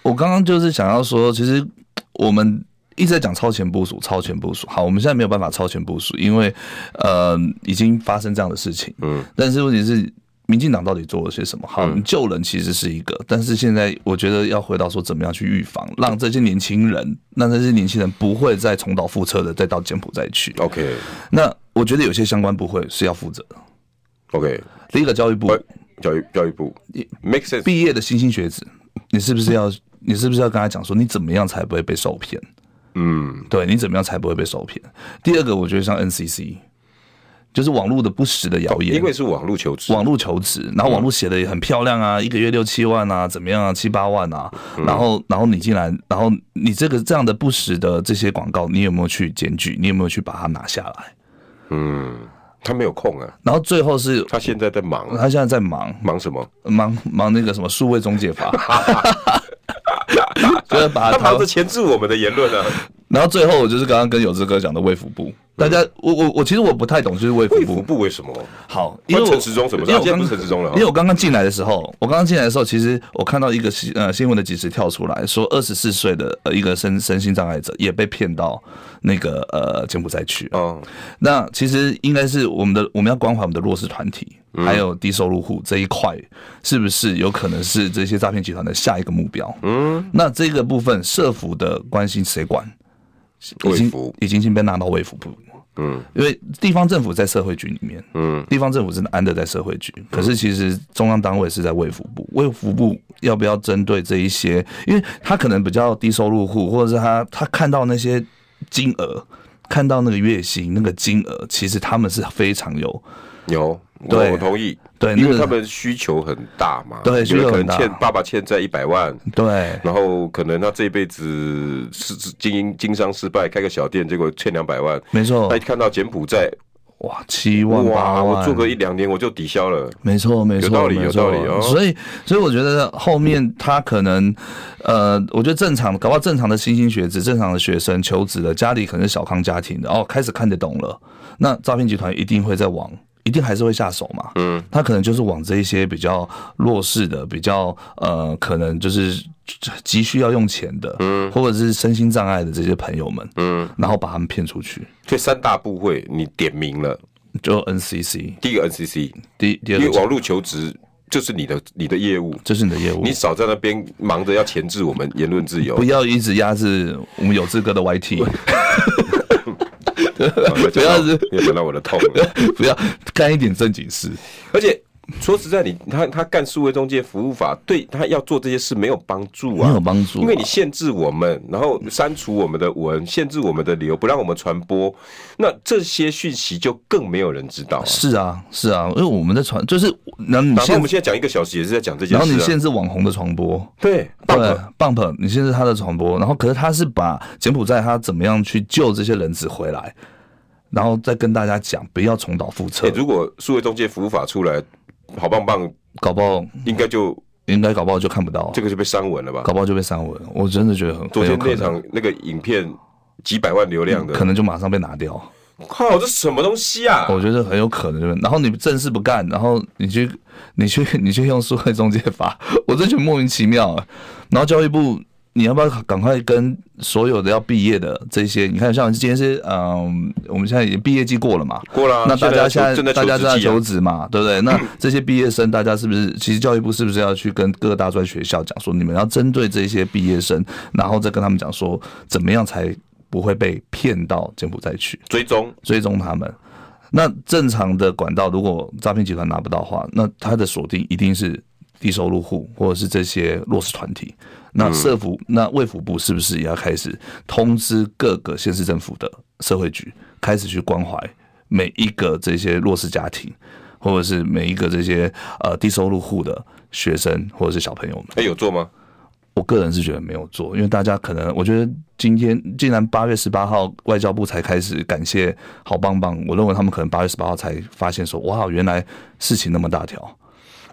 [SPEAKER 2] 我刚刚就是想要说，其实我们一直在讲超前部署，超前部署。好，我们现在没有办法超前部署，因为呃已经发生这样的事情。
[SPEAKER 1] 嗯，
[SPEAKER 2] 但是问题是。民进党到底做了些什么？好，救人其实是一个，但是现在我觉得要回到说怎么样去预防，让这些年轻人，让这些年轻人不会再重蹈覆辙的再到柬埔寨去。
[SPEAKER 1] ，OK
[SPEAKER 2] 那我觉得有些相关部会是要负责的。
[SPEAKER 1] OK，
[SPEAKER 2] 第一个教育部
[SPEAKER 1] 呃，教育教育部，make sense。
[SPEAKER 2] 毕业的新兴学子，你是不是要你是不是要跟他讲说你怎么样才不会被受骗？
[SPEAKER 1] 嗯，
[SPEAKER 2] 对你怎么样才不会被受骗？第二个，我觉得像 NCC，就是网络的不实的谣言
[SPEAKER 1] 因，为是网络求职，
[SPEAKER 2] 网络求职，然后网络写的也很漂亮啊，一个月六七万啊，怎么样啊，七八万啊，
[SPEAKER 1] 嗯
[SPEAKER 2] 然后然后你进来，然后你这个这样的不实的这些广告，你有没有去检举？你有没有去把它拿下来？
[SPEAKER 1] 嗯，他没有空啊，
[SPEAKER 2] 然后最后是
[SPEAKER 1] 他现在在忙，
[SPEAKER 2] 他现在在忙，
[SPEAKER 1] 忙什么？
[SPEAKER 2] 忙忙那个什么数位中介 法，就是把
[SPEAKER 1] 他
[SPEAKER 2] 台
[SPEAKER 1] 忙
[SPEAKER 2] 湾
[SPEAKER 1] 着钳制我们的言论啊。
[SPEAKER 2] 然后最后我就是刚刚跟有志哥讲的卫福部，大家我我我其实我不太懂，就是卫福
[SPEAKER 1] 卫
[SPEAKER 2] 部
[SPEAKER 1] 福部为什么？
[SPEAKER 2] 好，因
[SPEAKER 1] 关
[SPEAKER 2] 为我
[SPEAKER 1] 陈时中什么事？
[SPEAKER 2] 因为
[SPEAKER 1] 他现
[SPEAKER 2] 我
[SPEAKER 1] 在不是
[SPEAKER 2] 刚
[SPEAKER 1] 陈时中了
[SPEAKER 2] 因为我刚刚进来的时候，我刚刚进来的时候，其实我看到一个新呃新闻的即时跳出来说，二十四岁的呃一个身身心障碍者也被骗到那个呃柬埔寨去。
[SPEAKER 1] 哦。
[SPEAKER 2] 那其实应该是我们的我们要关怀我们的弱势团体，还有低收入户这一块，是不是有可能是这些诈骗集团的下一个目标？嗯，那这个部分社服的关心谁管？已
[SPEAKER 1] 卫
[SPEAKER 2] 经
[SPEAKER 1] 福
[SPEAKER 2] 已经先被纳到卫福部。
[SPEAKER 1] 嗯，
[SPEAKER 2] 因为地方政府在社会局里面，嗯，地方政府是安的在社会局，可是其实中央单位是在卫福部，卫福部要不要针对这一些？因为他可能比较低收入户，或者是他他看到那些金额，看到那个月薪那个金额，其实他们是非常有
[SPEAKER 1] 有，我
[SPEAKER 2] 对
[SPEAKER 1] 我同意。
[SPEAKER 2] 对
[SPEAKER 1] 因
[SPEAKER 2] 那
[SPEAKER 1] 为
[SPEAKER 2] 个
[SPEAKER 1] 他们需求很大嘛，
[SPEAKER 2] 对
[SPEAKER 1] 有
[SPEAKER 2] 需求
[SPEAKER 1] 的可能
[SPEAKER 2] 很大
[SPEAKER 1] 欠爸爸欠债一百万，
[SPEAKER 2] 对
[SPEAKER 1] 然后可能他这辈子是是经营经商失败，开个小店，结果欠两百万。
[SPEAKER 2] 没错
[SPEAKER 1] 他一看到柬埔寨，
[SPEAKER 2] 哇七哦万八
[SPEAKER 1] 哎哇，
[SPEAKER 2] 万，
[SPEAKER 1] 我做个一两年我就抵消了。
[SPEAKER 2] 没错，没错，
[SPEAKER 1] 有道理有
[SPEAKER 2] 没
[SPEAKER 1] 道
[SPEAKER 2] 错
[SPEAKER 1] 理哦
[SPEAKER 2] 所以，所以我觉得后面他可能，呃，我觉得正常，搞不好正常的新兴学子、正常的学生、求职的，家里可能是小康家庭的，哦，开始看得懂了。那诈骗集团一定会在往，一定还是会下手嘛。嗯，他可能就是往这一些比较弱势的、比较呃，可能就是急需要用钱的，嗯，或者是身心障碍的这些朋友们，嗯，然后把他们骗出去。
[SPEAKER 1] 所以三大部会你点名了，
[SPEAKER 2] 就 NCC
[SPEAKER 1] 第一个 NCC，
[SPEAKER 2] 第第
[SPEAKER 1] 因
[SPEAKER 2] 二
[SPEAKER 1] 为
[SPEAKER 2] 个，
[SPEAKER 1] 网络求职就是你的你的业务，
[SPEAKER 2] 这是你的业务。
[SPEAKER 1] 你少在那边忙着要钳制我们言论自由
[SPEAKER 2] 不，要一直压制我们有志哥的 YT，
[SPEAKER 1] 不
[SPEAKER 2] 不要是
[SPEAKER 1] 也讲到我的痛了。啊
[SPEAKER 2] 不要干一点正经事。
[SPEAKER 1] 而且说实在你，他他干数位中介服务法，对他要做这些事没有帮助啊，
[SPEAKER 2] 没有帮助啊
[SPEAKER 1] 因为你限制我们，然后删除我们的文，限制我们的流，不让我们传播，那这些讯息就更没有人知道、啊。
[SPEAKER 2] 是啊，是啊，因为我们在传，就是然后你
[SPEAKER 1] 哪怕我
[SPEAKER 2] 限
[SPEAKER 1] 们，现在讲一个小时，也是在讲这件
[SPEAKER 2] 然后
[SPEAKER 1] 事、
[SPEAKER 2] 你
[SPEAKER 1] 啊。
[SPEAKER 2] 限制网红的传播，
[SPEAKER 1] 对，
[SPEAKER 2] 对啊
[SPEAKER 1] 棒棒
[SPEAKER 2] Bump，你限制他的传播，然后可是他是把柬埔寨他怎么样去救这些人质回来，然后再跟大家讲不要重蹈覆辙
[SPEAKER 1] 欸，如果数位中介服务法出来，好棒棒，
[SPEAKER 2] 搞不好
[SPEAKER 1] 应该就
[SPEAKER 2] 应该搞不好就看不到，
[SPEAKER 1] 这个就被删文了吧？
[SPEAKER 2] 搞不好就被删文，我真的觉得很
[SPEAKER 1] 昨
[SPEAKER 2] 很有
[SPEAKER 1] 天
[SPEAKER 2] 可
[SPEAKER 1] 那
[SPEAKER 2] 能，
[SPEAKER 1] 场那个影片几百万流量的，
[SPEAKER 2] 可能就马上被拿掉。
[SPEAKER 1] 靠，这什么东西啊？
[SPEAKER 2] 我觉得很有可能。然后你正事不干，然后你去你去你去用数位中介法，我真觉得莫名其妙。啊然后教育部，你要不要赶快跟所有的要毕业的这些？你看，像今天是嗯，我们现在已经毕业季过了嘛，
[SPEAKER 1] 过了啊，
[SPEAKER 2] 那大家现在
[SPEAKER 1] 正在
[SPEAKER 2] 大家
[SPEAKER 1] 求
[SPEAKER 2] 正在
[SPEAKER 1] 职季啊
[SPEAKER 2] 求职嘛，对不对？那这些毕业生，大家是不是其实教育部是不是要去跟各大专学校讲说，你们要针对这些毕业生，然后再跟他们讲说，怎么样才不会被骗到柬埔寨去？
[SPEAKER 1] 追踪，
[SPEAKER 2] 追踪他们。那正常的管道，如果诈骗集团拿不到的话，那他的锁定一定是低收入户或者是这些弱势团体。那社福、那卫福部是不是也要开始通知各个县市政府的社会局，开始去关怀每一个这些弱势家庭，或者是每一个这些呃低收入户的学生或者是小朋友们？
[SPEAKER 1] 哎、有做吗？
[SPEAKER 2] 我个人是觉得没有做，因为大家可能，我觉得今天既然八月十八号外交部才开始感谢好棒棒，我认为他们可能八月十八号才发现说，哇，原来事情那么大条，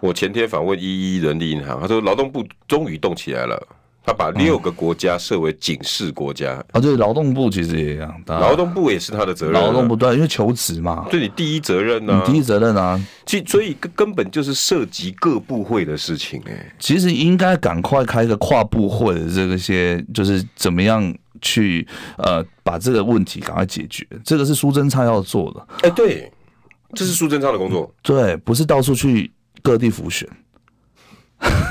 [SPEAKER 1] 我前天访问一一人力银行，他说劳动部终于动起来了，他把六个国家设为警示国家，
[SPEAKER 2] 啊，对，劳动部其实也一样，大家
[SPEAKER 1] 劳动部也是他的责任啊，
[SPEAKER 2] 嗯劳动部对，因为求职嘛，
[SPEAKER 1] 对你第一责任呢、
[SPEAKER 2] 你
[SPEAKER 1] 啊，
[SPEAKER 2] 第一责任啊，
[SPEAKER 1] 其所以根根本就是涉及各部会的事情、哎，
[SPEAKER 2] 其实应该赶快开个跨部会的这个些，就是怎么样去呃把这个问题赶快解决，这个是苏贞昌要做的，
[SPEAKER 1] 哎、对，这是苏贞昌的工作，
[SPEAKER 2] 对，不是到处去各地浮选。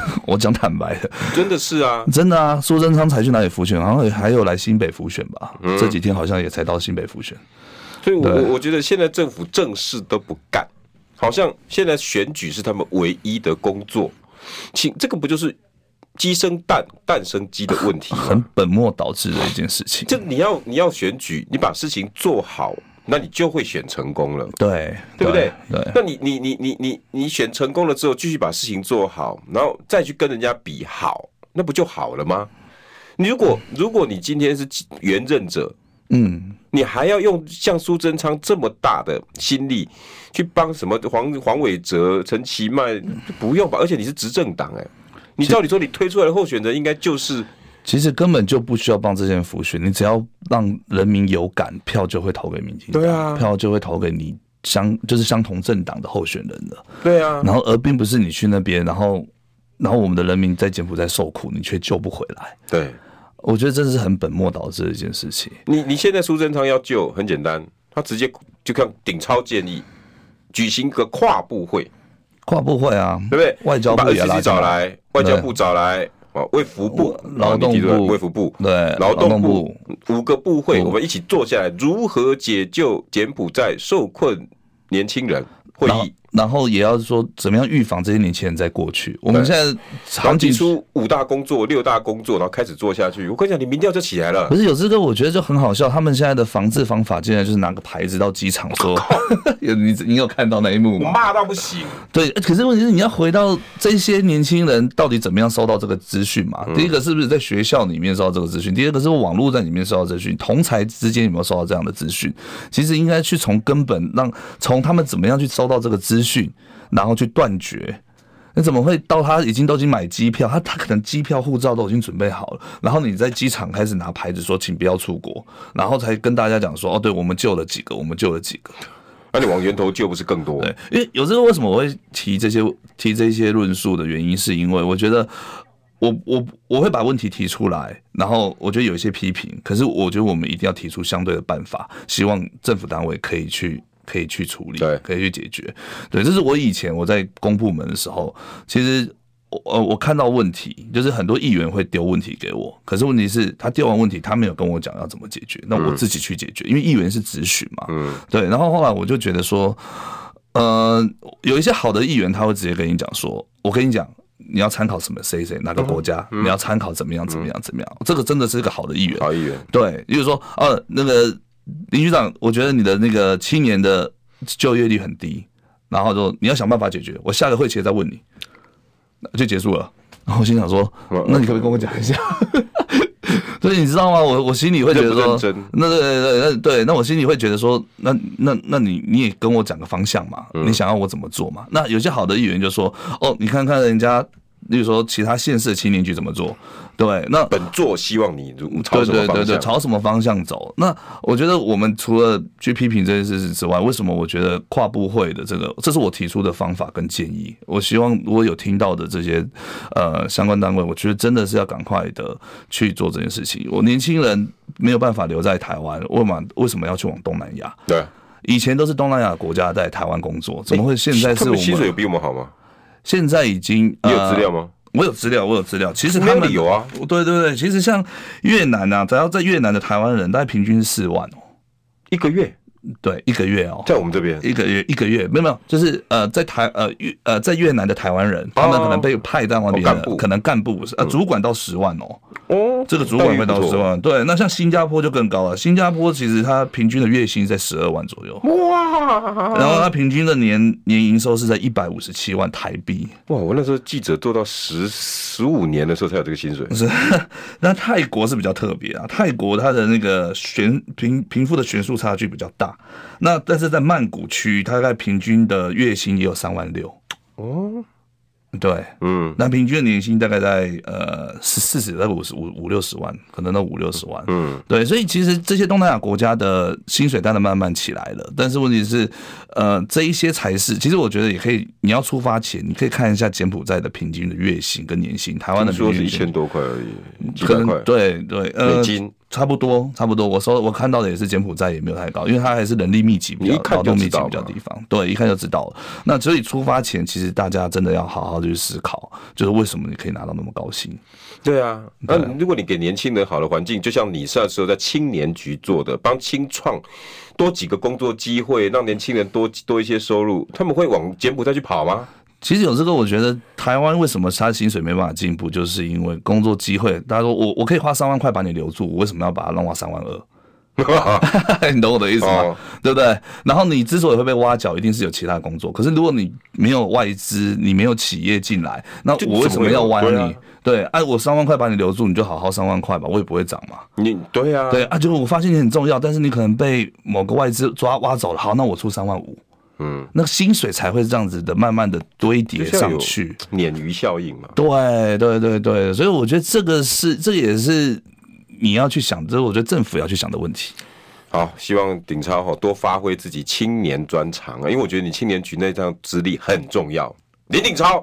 [SPEAKER 2] 我讲坦白的，
[SPEAKER 1] 真的是啊，
[SPEAKER 2] 真的啊，苏贞昌才去哪里浮选？好像还有来新北浮选吧？
[SPEAKER 1] 嗯
[SPEAKER 2] 这几天好像也才到新北浮选。
[SPEAKER 1] 所以我，
[SPEAKER 2] 对
[SPEAKER 1] 我我觉得现在政府正事都不干，好像现在选举是他们唯一的工作。请，这个不就是鸡生蛋，蛋生鸡的问 题
[SPEAKER 2] 很
[SPEAKER 1] 吗？
[SPEAKER 2] 本末倒置的一件事情。
[SPEAKER 1] 这你要你要选举，你把事情做好，那你就会选成功了。
[SPEAKER 2] 对，
[SPEAKER 1] 对不对？
[SPEAKER 2] 对，
[SPEAKER 1] 那你你你你你你选成功了之后，继续把事情做好，然后再去跟人家比好，那不就好了吗？你如果如果你今天是呃原任者，
[SPEAKER 2] 嗯，
[SPEAKER 1] 你还要用像苏贞昌这么大的心力去帮什么黄黄伟哲、陈其迈，不用吧？而且你是执政党哎、你照理说你推出来的候选人应该就是
[SPEAKER 2] 其实根本就不需要帮这些人浮选，你只要让人民有感，票就会投给民进党，
[SPEAKER 1] 对啊
[SPEAKER 2] 票就会投给你相就是相同政党的候选人的。
[SPEAKER 1] 对啊，
[SPEAKER 2] 然后而并不是你去那边，然后然后我们的人民在柬埔寨受苦，你却救不回来。
[SPEAKER 1] 对
[SPEAKER 2] 我觉得这是很本末倒置的一件事情。
[SPEAKER 1] 你你现在苏贞昌要救很简单，他直接就看顶超建议举行个跨部会，
[SPEAKER 2] 跨部会啊，
[SPEAKER 1] 对不对？
[SPEAKER 2] 外交部
[SPEAKER 1] 把
[SPEAKER 2] 也
[SPEAKER 1] RCC
[SPEAKER 2] 拉进
[SPEAKER 1] 找
[SPEAKER 2] 来，
[SPEAKER 1] 来，外交部找来，啊，卫福部、
[SPEAKER 2] 劳动
[SPEAKER 1] 啊你提出来
[SPEAKER 2] 部
[SPEAKER 1] 卫福部、
[SPEAKER 2] 对，
[SPEAKER 1] 劳动
[SPEAKER 2] 部
[SPEAKER 1] 部五个部会，我们一起坐下来，如何解救柬埔寨受困年轻人会
[SPEAKER 2] 然后
[SPEAKER 1] 议，
[SPEAKER 2] 然后也要说怎么样预防这些年轻人再过去。我们现在
[SPEAKER 1] 然后
[SPEAKER 2] 场
[SPEAKER 1] 提
[SPEAKER 2] 景
[SPEAKER 1] 出五大工作、六大工作，然后开始做下去。我跟你讲，你民调就起来了
[SPEAKER 2] 不。是有这个，我觉得就很好笑。他们现在的防治方法，竟然就是拿个牌子到机场说， 有你你有看到那一幕
[SPEAKER 1] 我
[SPEAKER 2] 吗？
[SPEAKER 1] 骂到不行，
[SPEAKER 2] 对，呃可是问题是你要回到这些年轻人到底怎么样收到这个资讯嘛？第一个是不是在学校里面收到这个资讯？第二个是网络在里面收到资讯，同才之间有没有收到这样的资讯？其实应该去从根本让从他们怎么样去收到这个资讯，然后去断绝。你怎么会到他已经都已经买机票，他他可能机票、护照都已经准备好了，然后你在机场开始拿牌子说请不要出国，然后才跟大家讲说哦，对我们救了几个，我们救了几个。
[SPEAKER 1] 那你往源头救不是更多？
[SPEAKER 2] 对，因为有这个为什么我会提这些提这些论述的原因，是因为我觉得我我我会把问题提出来，然后我觉得有一些批评，可是我觉得我们一定要提出相对的办法，希望政府单位可以去。可以去处理，
[SPEAKER 1] 对
[SPEAKER 2] 可以去解决，对，这是我以前我在公部门的时候，其实我呃我看到问题，就是很多议员会丢问题给我，可是问题是他丢完问题，他没有跟我讲要怎么解决，那我自己去解决，因为议员是质询嘛，嗯，对，然后后来我就觉得说，呃，有一些好的议员他会直接跟你讲说，我跟你讲，你要参考什么谁谁哪个国家，你要参考怎么样怎么样怎么样，这个真的是一个好的议员。
[SPEAKER 1] 好议员，
[SPEAKER 2] 对，例如说，呃，那个林局长，我觉得你的那个七年的就业率很低，然后说你要想办法解决，我下个会期再问你，就结束了。然后我心想说，那你可不可以跟我讲一下？ 所以你知道吗？我我心里会觉
[SPEAKER 1] 认
[SPEAKER 2] 得
[SPEAKER 1] 不
[SPEAKER 2] 说
[SPEAKER 1] 认真，
[SPEAKER 2] 那对对对对，那我心里会觉得说，那那那你你也跟我讲个方向嘛，
[SPEAKER 1] 嗯
[SPEAKER 2] 你想要我怎么做嘛？那有些好的议员就说，哦，你看看人家，例如说其他县市的青年局怎么做，对，那
[SPEAKER 1] 本座希望你如朝
[SPEAKER 2] 对
[SPEAKER 1] 什么
[SPEAKER 2] 对
[SPEAKER 1] 方
[SPEAKER 2] 对对，
[SPEAKER 1] 向？
[SPEAKER 2] 朝什么方向走？那我觉得我们除了去批评这件事情之外，为什么我觉得跨部会的这个，这是我提出的方法跟建议。我希望如果有听到的这些呃相关单位，我觉得真的是要赶快的去做这件事情。我年轻人没有办法留在台湾，为嘛为什么要去往东南亚？
[SPEAKER 1] 对，
[SPEAKER 2] 以前都是东南亚国家在台湾工作，怎么会现在是
[SPEAKER 1] 他
[SPEAKER 2] 我
[SPEAKER 1] 们薪水有
[SPEAKER 2] 们
[SPEAKER 1] 比我们好吗？
[SPEAKER 2] 现在已经
[SPEAKER 1] 你有
[SPEAKER 2] 呃
[SPEAKER 1] 资料吗？
[SPEAKER 2] 我有资料，我有资料。其实
[SPEAKER 1] 没
[SPEAKER 2] 他
[SPEAKER 1] 有
[SPEAKER 2] 们
[SPEAKER 1] 理由啊。
[SPEAKER 2] 对对对，其实像越南啊，只要在越南的台湾人，大概平均是四万哦，
[SPEAKER 1] 一个月
[SPEAKER 2] 对，一个月哦，
[SPEAKER 1] 在我们这边，
[SPEAKER 2] 一个月一个月，没有没有，就是呃，在台呃越呃在越南的台湾人，他们可能被派到那边
[SPEAKER 1] 哦哦干
[SPEAKER 2] 的，
[SPEAKER 1] 部
[SPEAKER 2] 可能干部呃主管到十万哦，
[SPEAKER 1] 哦，
[SPEAKER 2] 这个主管会
[SPEAKER 1] 待
[SPEAKER 2] 到
[SPEAKER 1] 遇
[SPEAKER 2] 十
[SPEAKER 1] 不错
[SPEAKER 2] 万。对，那像新加坡就更高了，新加坡其实它平均的月薪在十二万左
[SPEAKER 1] 哦
[SPEAKER 2] 右。
[SPEAKER 1] 哇
[SPEAKER 2] 然后它平均的年年营收是在一百五十七万台币，
[SPEAKER 1] 哇！我那时候记者做到十十五年的时候才有这个薪水，
[SPEAKER 2] 是， 那泰国是比较特别啊，泰国它的那个悬贫贫富的悬殊差距比较大。那但是在曼谷区，它大概平均的月薪也有三万六。
[SPEAKER 1] 哦，
[SPEAKER 2] 对，
[SPEAKER 1] 嗯
[SPEAKER 2] 那平均的年薪大概在呃四四十到五十五五六十万，可能到五六十万。
[SPEAKER 1] 嗯，
[SPEAKER 2] 对，所以其实这些东南亚国家的薪水当然慢慢起来了，但是问题是，呃，这一些才是，其实我觉得也可以，你要出发前，你可以看一下柬埔寨的平均的月薪跟年薪，台湾的
[SPEAKER 1] 听
[SPEAKER 2] 平
[SPEAKER 1] 说是一
[SPEAKER 2] 均年薪
[SPEAKER 1] 千多块而已，几
[SPEAKER 2] 可
[SPEAKER 1] 百
[SPEAKER 2] 能
[SPEAKER 1] 块
[SPEAKER 2] 对对，呃
[SPEAKER 1] 美，金，
[SPEAKER 2] 差不多，差不多。我收我看到的也是柬埔寨也没有太高，因为它还是人力密集比较、
[SPEAKER 1] 你一看
[SPEAKER 2] 劳
[SPEAKER 1] 就
[SPEAKER 2] 动密
[SPEAKER 1] 知
[SPEAKER 2] 集
[SPEAKER 1] 道
[SPEAKER 2] 比较
[SPEAKER 1] 嘛
[SPEAKER 2] 地方。对，一看就知道了。那所以出发前，其实大家真的要好好的去思考，就是为什么你可以拿到那么高薪？
[SPEAKER 1] 对啊。那如果你给年轻人好的环境，就像你那时候在青年局做的，帮青创多几个工作机会，让年轻人多多一些收入，他们会往柬埔寨去跑吗？
[SPEAKER 2] 其实有这个，我觉得台湾为什么他薪水没办法进步，就是因为工作机会。大家说我我可以花三万块把你留住，我为什么要把它弄到三万二？
[SPEAKER 1] 啊
[SPEAKER 2] 你懂我的意思吗？
[SPEAKER 1] 哦
[SPEAKER 2] 对不对？然后你之所以会被挖角，一定是有其他工作。可是如果你没有外资，你没有企业进来，那
[SPEAKER 1] 就
[SPEAKER 2] 我为什么要挖
[SPEAKER 1] 怎么会有啊
[SPEAKER 2] 你？对，哎、我三万块把你留住，你就好好三万块吧，我也不会涨嘛。
[SPEAKER 1] 你对啊，
[SPEAKER 2] 对啊，就是我发现你很重要，但是你可能被某个外资抓挖走了，好，那我出三万五，
[SPEAKER 1] 嗯，
[SPEAKER 2] 那薪水才会这样子的慢慢的堆叠
[SPEAKER 1] 就像
[SPEAKER 2] 上
[SPEAKER 1] 有
[SPEAKER 2] 去。
[SPEAKER 1] 鲶鱼效应嘛。
[SPEAKER 2] 对对对对，所以我觉得这个是，这也是你要去想，这是我觉得政府要去想的问题。
[SPEAKER 1] 好，希望鼎超哈多发挥自己青年专长啊，因为我觉得你青年局那张资历很重要。林鼎超。